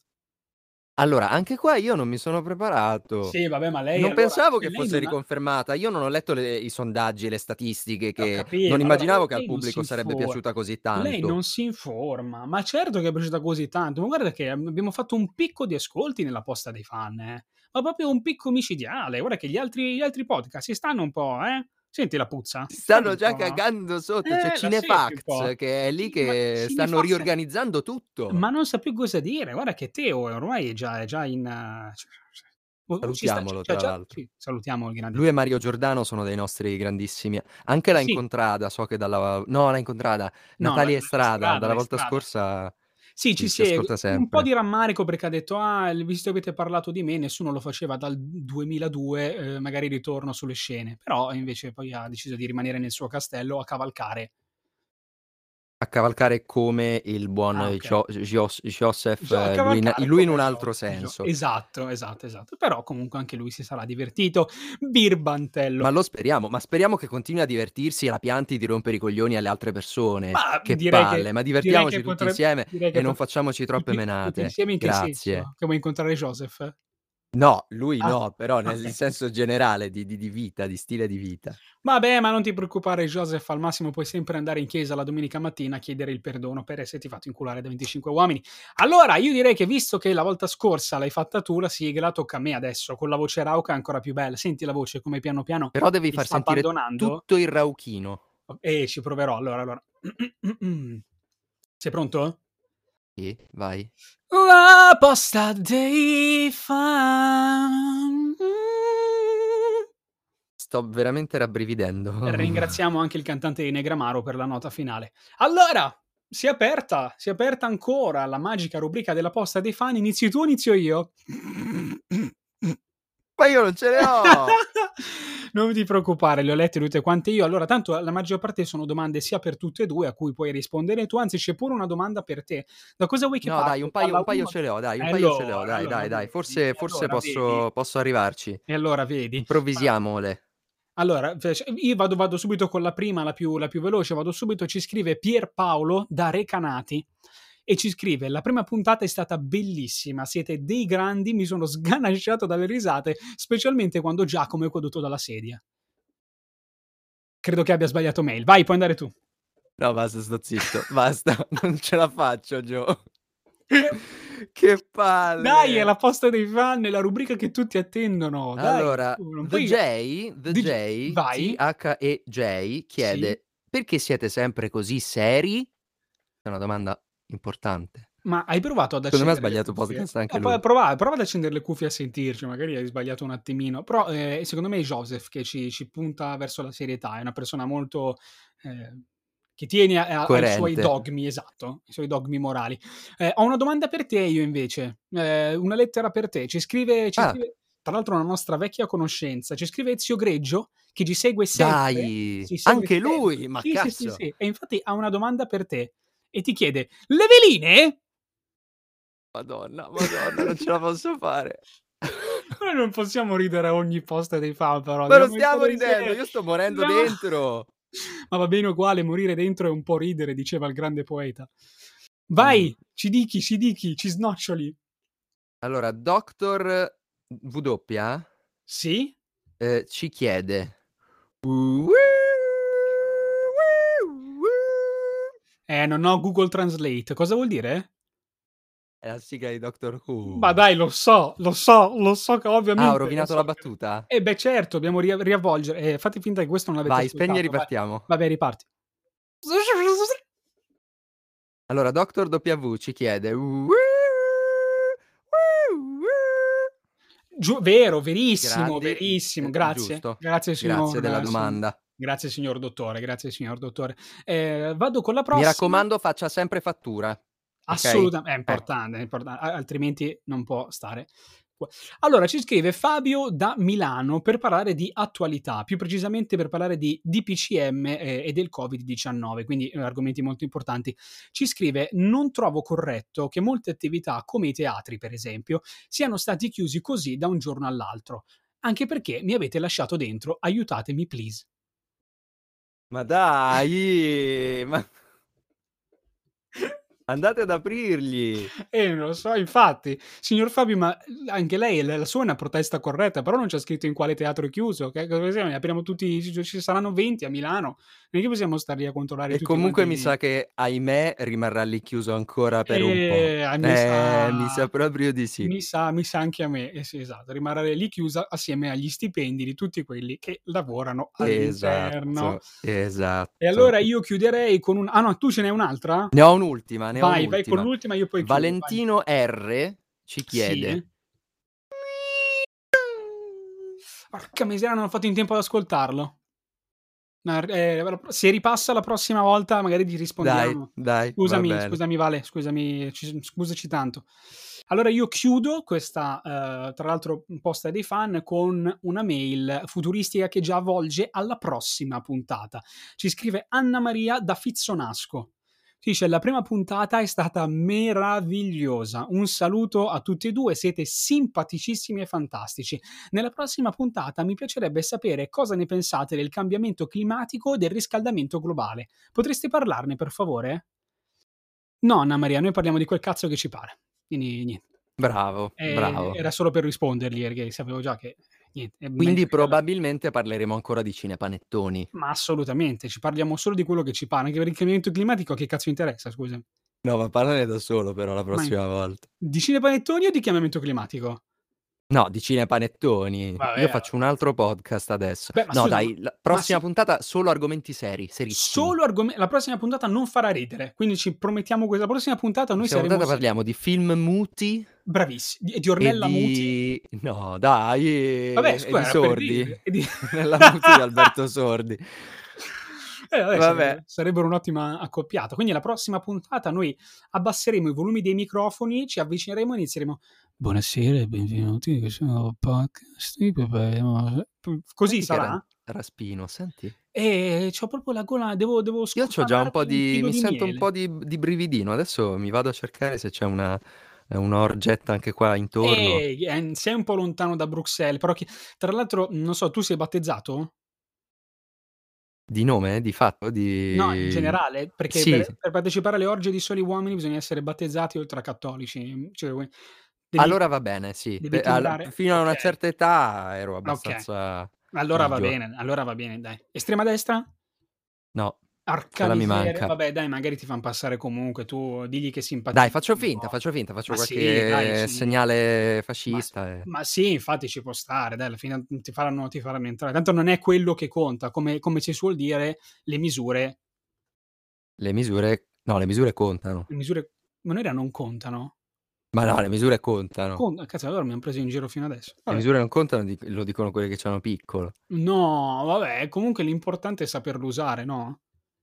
Speaker 2: Allora, anche qua io non mi sono preparato.
Speaker 1: Sì, vabbè, ma lei
Speaker 2: Oh. Non
Speaker 1: allora...
Speaker 2: pensavo
Speaker 1: cioè,
Speaker 2: che
Speaker 1: lei
Speaker 2: fosse
Speaker 1: non ha...
Speaker 2: riconfermata. Io non ho letto le- i sondaggi, le statistiche,
Speaker 1: Ho
Speaker 2: che
Speaker 1: capito,
Speaker 2: non
Speaker 1: allora
Speaker 2: immaginavo
Speaker 1: lei,
Speaker 2: che al
Speaker 1: lei non si
Speaker 2: pubblico sarebbe
Speaker 1: informa.
Speaker 2: piaciuta così
Speaker 1: Lei
Speaker 2: tanto.
Speaker 1: non si informa, ma certo che è piaciuta così tanto. Ma guarda che abbiamo fatto un picco di ascolti nella posta dei fan, eh. ma proprio un picco micidiale. Guarda che gli altri, gli altri podcast si stanno un po', eh? Senti la puzza?
Speaker 2: Si
Speaker 1: Si stanno
Speaker 2: stanno
Speaker 1: un
Speaker 2: già
Speaker 1: po'.
Speaker 2: cagando sotto.
Speaker 1: Eh,
Speaker 2: C'è
Speaker 1: la senti un po'.
Speaker 2: Cinefacts che è lì
Speaker 1: Ma
Speaker 2: che stanno
Speaker 1: Cinefax è
Speaker 2: riorganizzando tutto.
Speaker 1: ma non sa più cosa dire. Guarda che Teo è ormai è già, è già in. eh, cioè, cioè, o- ci sta-
Speaker 2: Salutiamolo,
Speaker 1: cioè,
Speaker 2: tra
Speaker 1: già-
Speaker 2: l'altro.
Speaker 1: sì, salutiamo il grande
Speaker 2: Lui e
Speaker 1: Teo.
Speaker 2: Mario Giordano sono dei nostri grandissimi. Anche la
Speaker 1: Sì,
Speaker 2: incontrata, so che dalla... No, la incontrata.
Speaker 1: no, la,
Speaker 2: Natalia
Speaker 1: la
Speaker 2: Estrada,
Speaker 1: strada,
Speaker 2: dalla
Speaker 1: la
Speaker 2: volta
Speaker 1: strada.
Speaker 2: scorsa
Speaker 1: Sì, ci
Speaker 2: ci, ci
Speaker 1: si è
Speaker 2: ascolta
Speaker 1: un po' di
Speaker 2: sempre.
Speaker 1: rammarico perché ha detto, ah, visto che avete parlato di me, nessuno lo faceva dal 2002, eh, magari ritorno sulle scene, però invece poi ha deciso di rimanere nel suo castello a cavalcare.
Speaker 2: a cavalcare come il buon
Speaker 1: Ah,
Speaker 2: eh,
Speaker 1: ok.
Speaker 2: Gio- Gios- Joseph,
Speaker 1: Gio- a
Speaker 2: eh, lui in,
Speaker 1: cavalcare
Speaker 2: lui
Speaker 1: come
Speaker 2: in un
Speaker 1: Gio,
Speaker 2: altro
Speaker 1: Gio.
Speaker 2: senso.
Speaker 1: Esatto, esatto, esatto. Però comunque anche lui si sarà divertito. Birbantello.
Speaker 2: Ma lo speriamo, ma speriamo che continui a divertirsi e la pianti di rompere i coglioni alle altre persone.
Speaker 1: Ma
Speaker 2: Che
Speaker 1: direi
Speaker 2: palle,
Speaker 1: che,
Speaker 2: ma
Speaker 1: direi che
Speaker 2: divertiamoci tutti
Speaker 1: potrebbe...
Speaker 2: insieme
Speaker 1: Direi
Speaker 2: e
Speaker 1: che
Speaker 2: non
Speaker 1: pot-
Speaker 2: facciamo troppe
Speaker 1: tutti, tutti
Speaker 2: menate.
Speaker 1: insieme in che
Speaker 2: Grazie.
Speaker 1: senso? Che vuoi incontrare Joseph?
Speaker 2: No, lui
Speaker 1: Ah,
Speaker 2: no, però nel
Speaker 1: ok.
Speaker 2: senso generale di, di- di vita, di stile di vita.
Speaker 1: Vabbè, ma non ti preoccupare, Joseph. Al massimo puoi sempre andare in chiesa la domenica mattina a chiedere il perdono per esserti fatto inculare da 25 uomini. Allora, io direi che visto che la volta scorsa l'hai fatta tu, la sigla tocca a me adesso, con la voce rauca ancora più bella. Senti la voce come piano piano
Speaker 2: Però devi
Speaker 1: mi
Speaker 2: far
Speaker 1: sta
Speaker 2: sentire
Speaker 1: abbandonando?
Speaker 2: tutto il rauchino.
Speaker 1: E Eh, ci proverò. Allora, allora. Sei pronto?
Speaker 2: Sì, vai.
Speaker 1: La posta dei fan.
Speaker 2: Sto veramente rabbrividendo.
Speaker 1: Ringraziamo anche il cantante di Negramaro per la nota finale. Allora, si è aperta, si è aperta ancora la magica rubrica della posta dei fan. Inizi tu, inizio io.
Speaker 2: Ma io non ce le ho!
Speaker 1: Non ti preoccupare, le ho lette tutte quante io. Allora, tanto la maggior parte sono domande sia per tutte e due a cui puoi rispondere tu, anzi c'è pure una domanda per te. Da cosa vuoi che
Speaker 2: No, dai,
Speaker 1: parto?
Speaker 2: un paio,
Speaker 1: Dalla
Speaker 2: un paio
Speaker 1: 1
Speaker 2: ce le ho, dai, un paio ce le ho,
Speaker 1: Allora,
Speaker 2: dai,
Speaker 1: allora
Speaker 2: dai, dai.
Speaker 1: vedi,
Speaker 2: Forse,
Speaker 1: e
Speaker 2: forse
Speaker 1: allora vedi,
Speaker 2: posso, posso arrivarci.
Speaker 1: e allora vedi. Allora,
Speaker 2: Improvvisiamole.
Speaker 1: allora, cioè, io vado, vado subito con la prima, la più, la più veloce, vado subito, ci scrive Pierpaolo da Recanati e ci scrive la prima puntata è stata bellissima, siete dei grandi, mi sono sganasciato dalle risate, specialmente quando Giacomo è caduto dalla sedia. Credo che abbia sbagliato mail, vai puoi andare tu.
Speaker 2: No, basta, sto zitto, basta, non ce la faccio, Gio. che palle.
Speaker 1: Dai, è la posta dei fan, è la rubrica che tutti attendono. Oh, Dai,
Speaker 2: Allora,
Speaker 1: tu non
Speaker 2: The
Speaker 1: puoi-
Speaker 2: J, The
Speaker 1: Di-
Speaker 2: J,
Speaker 1: vai.
Speaker 2: T-H-E-J, chiede perché siete sempre così seri? È una domanda importante.
Speaker 1: Ma hai provato ad
Speaker 2: Secondo
Speaker 1: accendere?
Speaker 2: me ha sbagliato
Speaker 1: le cuffie?
Speaker 2: podcast anche
Speaker 1: Eh,
Speaker 2: lui.
Speaker 1: poi prova, prova ad accendere le cuffie a sentirci, magari hai sbagliato un attimino. Però eh, secondo me è Joseph che ci, ci punta verso la serietà, è una persona molto... eh, che tiene a- a- ai
Speaker 2: Coerente.
Speaker 1: suoi dogmi, esatto, ai suoi dogmi morali. Eh, ho una domanda per te io invece, eh, una lettera per te. Ci scrive, ci
Speaker 2: Ah.
Speaker 1: scrive- tra l'altro una nostra vecchia conoscenza, ci scrive Ezio Greggio che ci segue sempre.
Speaker 2: Dai,
Speaker 1: Ci segue
Speaker 2: anche
Speaker 1: sempre.
Speaker 2: lui, ma
Speaker 1: Sì, sì,
Speaker 2: cazzo.
Speaker 1: sì, sì. E infatti ha una domanda per te e ti chiede, le veline?
Speaker 2: Madonna, madonna, non ce la posso fare.
Speaker 1: Noi non possiamo ridere a ogni posta dei fan, però.
Speaker 2: Ma non
Speaker 1: dobbiamo
Speaker 2: stiamo
Speaker 1: mettere insieme.
Speaker 2: ridendo, io sto morendo
Speaker 1: Dobbiamo-
Speaker 2: dentro.
Speaker 1: Ma va bene uguale, morire dentro è un po' ridere, diceva il grande poeta. Vai, ci dichi, ci dichi, ci snoccioli.
Speaker 2: Allora, Doctor eh, W
Speaker 1: Sì?
Speaker 2: eh, ci chiede...
Speaker 1: Eh, non ho Google Translate. Cosa vuol dire? Uh.
Speaker 2: È la sigla di Doctor Who.
Speaker 1: Ma dai, lo so, lo so, lo so che ovviamente...
Speaker 2: Ah, ho
Speaker 1: lo
Speaker 2: rovinato
Speaker 1: so
Speaker 2: la
Speaker 1: che-
Speaker 2: battuta?
Speaker 1: Eh beh, certo, dobbiamo ri- riavvolgere. Eh, fate finta che questo non l'avete
Speaker 2: Vai, spegni e
Speaker 1: ascoltato, vai.
Speaker 2: ripartiamo.
Speaker 1: Vabbè, riparti.
Speaker 2: Allora, Doctor W ci chiede...
Speaker 1: Giu- vero, verissimo,
Speaker 2: Grandi,
Speaker 1: verissimo.
Speaker 2: eh,
Speaker 1: Grazie.
Speaker 2: giusto.
Speaker 1: Grazie, signor.
Speaker 2: Grazie della
Speaker 1: signor-
Speaker 2: domanda.
Speaker 1: Grazie, signor dottore. Grazie, signor dottore. Eh, vado con la
Speaker 2: Mi
Speaker 1: prossima.
Speaker 2: raccomando, Eh. faccia sempre fattura.
Speaker 1: Assolutamente, è importante, è importante, a- altrimenti non può stare. qua. Allora, ci scrive Fabio da Milano per parlare di attualità, più precisamente per parlare di DPCM eh, e del Covid-19, quindi eh, argomenti molto importanti. Ci scrive: Non trovo corretto che molte attività, come i teatri, per esempio, siano stati chiusi così da un giorno all'altro. Anche perché mi avete lasciato dentro, aiutatemi, please.
Speaker 2: Ma dai, ma- andate ad aprirgli.
Speaker 1: Eh, non lo so, infatti, signor Fabio, ma anche lei, la la sua è una protesta corretta, però non c'è scritto in quale teatro è chiuso. Che cosa possiamo? Ne apriamo tutti, ci, ci saranno 20 a Milano, non è che possiamo stare lì a controllare
Speaker 2: E
Speaker 1: tutti
Speaker 2: comunque mi
Speaker 1: quanti.
Speaker 2: sa che, ahimè, rimarrà lì chiuso ancora per un po'.
Speaker 1: Eh, mi,
Speaker 2: Eh,
Speaker 1: sa,
Speaker 2: mi sa proprio di sì.
Speaker 1: mi sa- mi sa anche a me, eh sì, esatto, rimarrà lì chiusa assieme agli stipendi di tutti quelli che lavorano all'interno.
Speaker 2: Esatto, esatto.
Speaker 1: E allora io chiuderei con un... Ah no, tu ce n'è un'altra?
Speaker 2: Ne ho un'ultima, ne ho
Speaker 1: vai, vai
Speaker 2: un'ultima.
Speaker 1: con l'ultima, io poi chiudo, vai.
Speaker 2: Valentino R ci chiede...
Speaker 1: Sì. Porca miseria, non ho fatto in tempo ad ascoltarlo. Ma, eh, la pro- se ripassa la prossima volta, magari ti rispondiamo.
Speaker 2: Dai, dai, va
Speaker 1: Scusami,
Speaker 2: bene.
Speaker 1: scusami Vale, scusami, ci- scusaci tanto. Allora io chiudo questa, eh, tra l'altro, posta dei fan con una mail futuristica che già volge alla prossima puntata. Ci scrive Anna Maria da Fizzonasco. Ci Dice, la prima puntata è stata meravigliosa. Un saluto a tutti e due, siete simpaticissimi e fantastici. Nella prossima puntata mi piacerebbe sapere cosa ne pensate del cambiamento climatico e del riscaldamento globale. Potreste parlarne, per favore? No, Anna Maria, noi parliamo di quel cazzo che ci pare. Quindi niente.
Speaker 2: Bravo,
Speaker 1: Eh,
Speaker 2: bravo.
Speaker 1: Era solo per rispondergli, perché sapevo già che niente. è meglio
Speaker 2: Quindi
Speaker 1: che parla-
Speaker 2: probabilmente parleremo ancora di cinepanettoni.
Speaker 1: Ma assolutamente, ci parliamo solo di quello che ci pare. Anche per il cambiamento climatico, a che cazzo interessa, scusa?
Speaker 2: No, ma parlane da solo però la
Speaker 1: prossima
Speaker 2: volta.
Speaker 1: Di cinepanettoni o di cambiamento climatico?
Speaker 2: No, di cinepanettoni.
Speaker 1: Vabbè,
Speaker 2: Io
Speaker 1: allora.
Speaker 2: faccio un altro podcast adesso.
Speaker 1: Beh, ma
Speaker 2: no,
Speaker 1: scusa,
Speaker 2: dai, la prossima
Speaker 1: se-
Speaker 2: puntata solo argomenti seri, serissimi.
Speaker 1: Solo argomenti. La prossima puntata non farà ridere, quindi ci promettiamo questa prossima puntata. Noi
Speaker 2: Questa
Speaker 1: saremo
Speaker 2: puntata parliamo di film muti
Speaker 1: bravissimi. Di, di
Speaker 2: e
Speaker 1: Ornella Muti.
Speaker 2: di... No, dai,
Speaker 1: Vabbè,
Speaker 2: e
Speaker 1: scusa,
Speaker 2: di
Speaker 1: era per
Speaker 2: Sordi.
Speaker 1: dire. E di-
Speaker 2: Nella Muti di Alberto Sordi.
Speaker 1: Eh, vabbè,
Speaker 2: Vabbè.
Speaker 1: sarebbe- sarebbero un'ottima accoppiata. Quindi la prossima puntata noi abbasseremo i volumi dei microfoni, ci avvicineremo e inizieremo. Buonasera e benvenuti a questo nuovo podcast. di Pepe". Così
Speaker 2: Senti che
Speaker 1: sarà?
Speaker 2: ra- Raspino, senti.
Speaker 1: E ho Eh, proprio la gola, devo, devo
Speaker 2: Io ho già un po'
Speaker 1: scofanarmi
Speaker 2: di.
Speaker 1: filo
Speaker 2: mi sento un
Speaker 1: miele.
Speaker 2: po' di, di brividino. Adesso mi vado a cercare se c'è una, eh, un'orgetta anche qua intorno.
Speaker 1: Eh, eh, sei un po' lontano da Bruxelles, però chi- tra l'altro, non so, tu sei battezzato?
Speaker 2: Di nome, di fatto, di.
Speaker 1: No, in generale, perché
Speaker 2: Sì.
Speaker 1: per, per partecipare alle orge di soli uomini bisogna essere battezzati oltre a cattolici. Cioè, devi-
Speaker 2: Allora va bene, sì.
Speaker 1: devi
Speaker 2: Beh, al-
Speaker 1: timbrare-
Speaker 2: fino a una
Speaker 1: ok.
Speaker 2: certa età ero abbastanza.
Speaker 1: allora va
Speaker 2: grigio.
Speaker 1: bene, allora va bene, dai. Estrema destra?
Speaker 2: No,
Speaker 1: Arca
Speaker 2: Quella mi
Speaker 1: miseria.
Speaker 2: manca.
Speaker 1: Vabbè, dai, magari ti fanno passare comunque. Tu digli che simpatia.
Speaker 2: Dai, faccio finta, faccio finta, faccio
Speaker 1: Boh. Ma sì,
Speaker 2: qualche
Speaker 1: dai, sì.
Speaker 2: segnale fascista. eh.
Speaker 1: Ma sì, infatti ci può stare, dai, alla fine ti faranno, ti faranno entrare. Tanto non è quello che conta, come, come ci suol dire, le misure.
Speaker 2: Le misure, no, le misure contano.
Speaker 1: Le misure, ma noi non contano.
Speaker 2: Ma no, le misure contano.
Speaker 1: Cont- cazzo, allora mi hanno preso in giro fino adesso.
Speaker 2: Le
Speaker 1: Vabbè.
Speaker 2: misure non contano, dic- lo dicono quelli che c'hanno piccolo.
Speaker 1: No, vabbè, comunque l'importante è saperlo usare, no?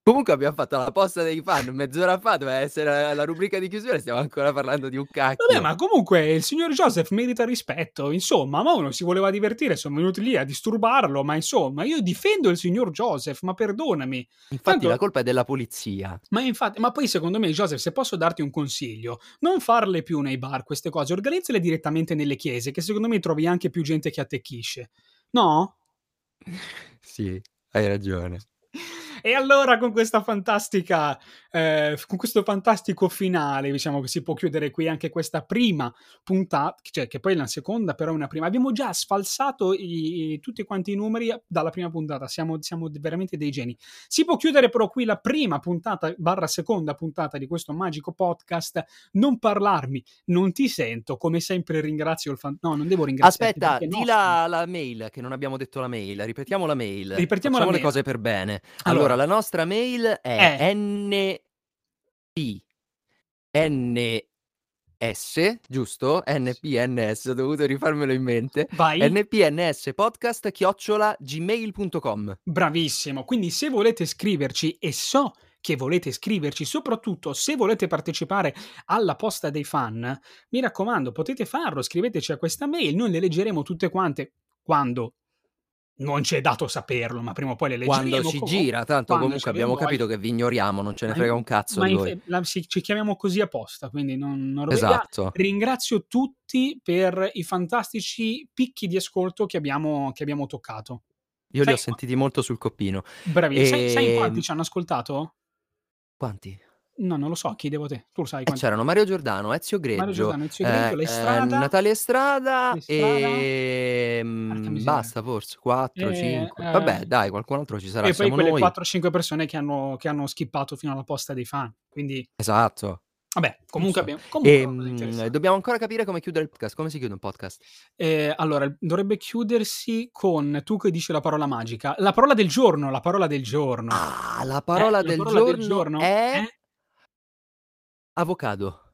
Speaker 2: Comunque abbiamo fatto la posta dei fan mezz'ora fa, doveva essere la, la rubrica di chiusura, stiamo ancora parlando di un cacchio.
Speaker 1: Vabbè, ma comunque il signor Joseph merita rispetto. Insomma, ma uno si voleva divertire, sono venuti lì a disturbarlo, ma insomma, io difendo il signor Joseph, ma perdonami.
Speaker 2: Infatti
Speaker 1: tanto-
Speaker 2: la colpa è della polizia.
Speaker 1: Ma infatti, ma poi secondo me, Joseph, se posso darti un consiglio, non farle più nei bar queste cose, organizzale direttamente nelle chiese, che secondo me trovi anche più gente che attecchisce. No?
Speaker 2: Sì, hai ragione.
Speaker 1: E allora con questa fantastica, eh, con questo fantastico finale, diciamo che si può chiudere qui anche questa prima puntata, cioè che poi è la seconda, però è una prima. Abbiamo già sfalsato i- i- tutti quanti i numeri dalla prima puntata, siamo, siamo veramente dei geni. Si può chiudere però qui la prima puntata, barra seconda puntata di questo magico podcast. Non parlarmi, non ti sento, come sempre ringrazio il fan... No, non devo ringraziarti.
Speaker 2: Aspetta,
Speaker 1: perché
Speaker 2: di
Speaker 1: no,
Speaker 2: la, la mail, che non abbiamo detto la mail, ripetiamo la mail.
Speaker 1: Ripetiamo la
Speaker 2: Facciamo
Speaker 1: mail.
Speaker 2: le cose per bene.
Speaker 1: Allora.
Speaker 2: Allora, Eh. la nostra mail è, NP NS, giusto? NPNS, ho dovuto rifarmelo in mente.
Speaker 1: Vai.
Speaker 2: NPNS podcast chiocciola gmail.com.
Speaker 1: Bravissimo, quindi se volete scriverci e so che volete scriverci, soprattutto se volete partecipare alla posta dei fan, mi raccomando, potete farlo, scriveteci a questa mail, noi le leggeremo tutte quante quando non ci è dato saperlo, ma prima o poi le leggeremo.
Speaker 2: Quando ci
Speaker 1: comunque.
Speaker 2: gira, tanto
Speaker 1: quando
Speaker 2: comunque
Speaker 1: ci
Speaker 2: abbiamo
Speaker 1: vedrai.
Speaker 2: capito che vi ignoriamo, non ce ne
Speaker 1: Ma-
Speaker 2: frega un cazzo
Speaker 1: Ma
Speaker 2: di
Speaker 1: inf-
Speaker 2: voi.
Speaker 1: la- sì, ci chiamiamo così apposta, quindi non, non rovinare-
Speaker 2: Esatto.
Speaker 1: Ringrazio tutti per i fantastici picchi di ascolto che abbiamo, che abbiamo toccato.
Speaker 2: Io li
Speaker 1: Sai-
Speaker 2: ho sentiti molto sul coppino.
Speaker 1: Bravissimi. Sai, sai in
Speaker 2: Ehm,
Speaker 1: quanti ci hanno ascoltato?
Speaker 2: Quanti? Eh,
Speaker 1: No, non lo so, chiedevo te. Tu lo sai quanti.
Speaker 2: c'erano Mario Giordano, Ezio Greggio,
Speaker 1: Mario Giordano, Ezio
Speaker 2: eh,
Speaker 1: Greggio,
Speaker 2: eh,
Speaker 1: L'Estrada,
Speaker 2: Natalia Estrada
Speaker 1: L'Estrada.
Speaker 2: e
Speaker 1: Porca
Speaker 2: mm,
Speaker 1: miseria.
Speaker 2: basta forse 4,
Speaker 1: Eh,
Speaker 2: 5.
Speaker 1: eh.
Speaker 2: Vabbè, dai, qualcun altro ci sarà,
Speaker 1: e poi
Speaker 2: siamo
Speaker 1: quelle
Speaker 2: noi.
Speaker 1: 4-5 persone che hanno, che hanno skippato fino alla posta dei fan. Quindi,
Speaker 2: Esatto.
Speaker 1: vabbè, comunque
Speaker 2: Giusto.
Speaker 1: abbiamo... Comunque,
Speaker 2: E,
Speaker 1: una cosa
Speaker 2: mm,
Speaker 1: interessante.
Speaker 2: dobbiamo ancora capire come chiudere il podcast. Come si chiude un podcast?
Speaker 1: Eh, allora, dovrebbe chiudersi con tu che dici la parola magica. La parola del giorno, la parola del giorno.
Speaker 2: Ah, la
Speaker 1: Eh,
Speaker 2: parola,
Speaker 1: la
Speaker 2: del,
Speaker 1: parola del
Speaker 2: giorno
Speaker 1: giorno
Speaker 2: è
Speaker 1: è-
Speaker 2: avocado.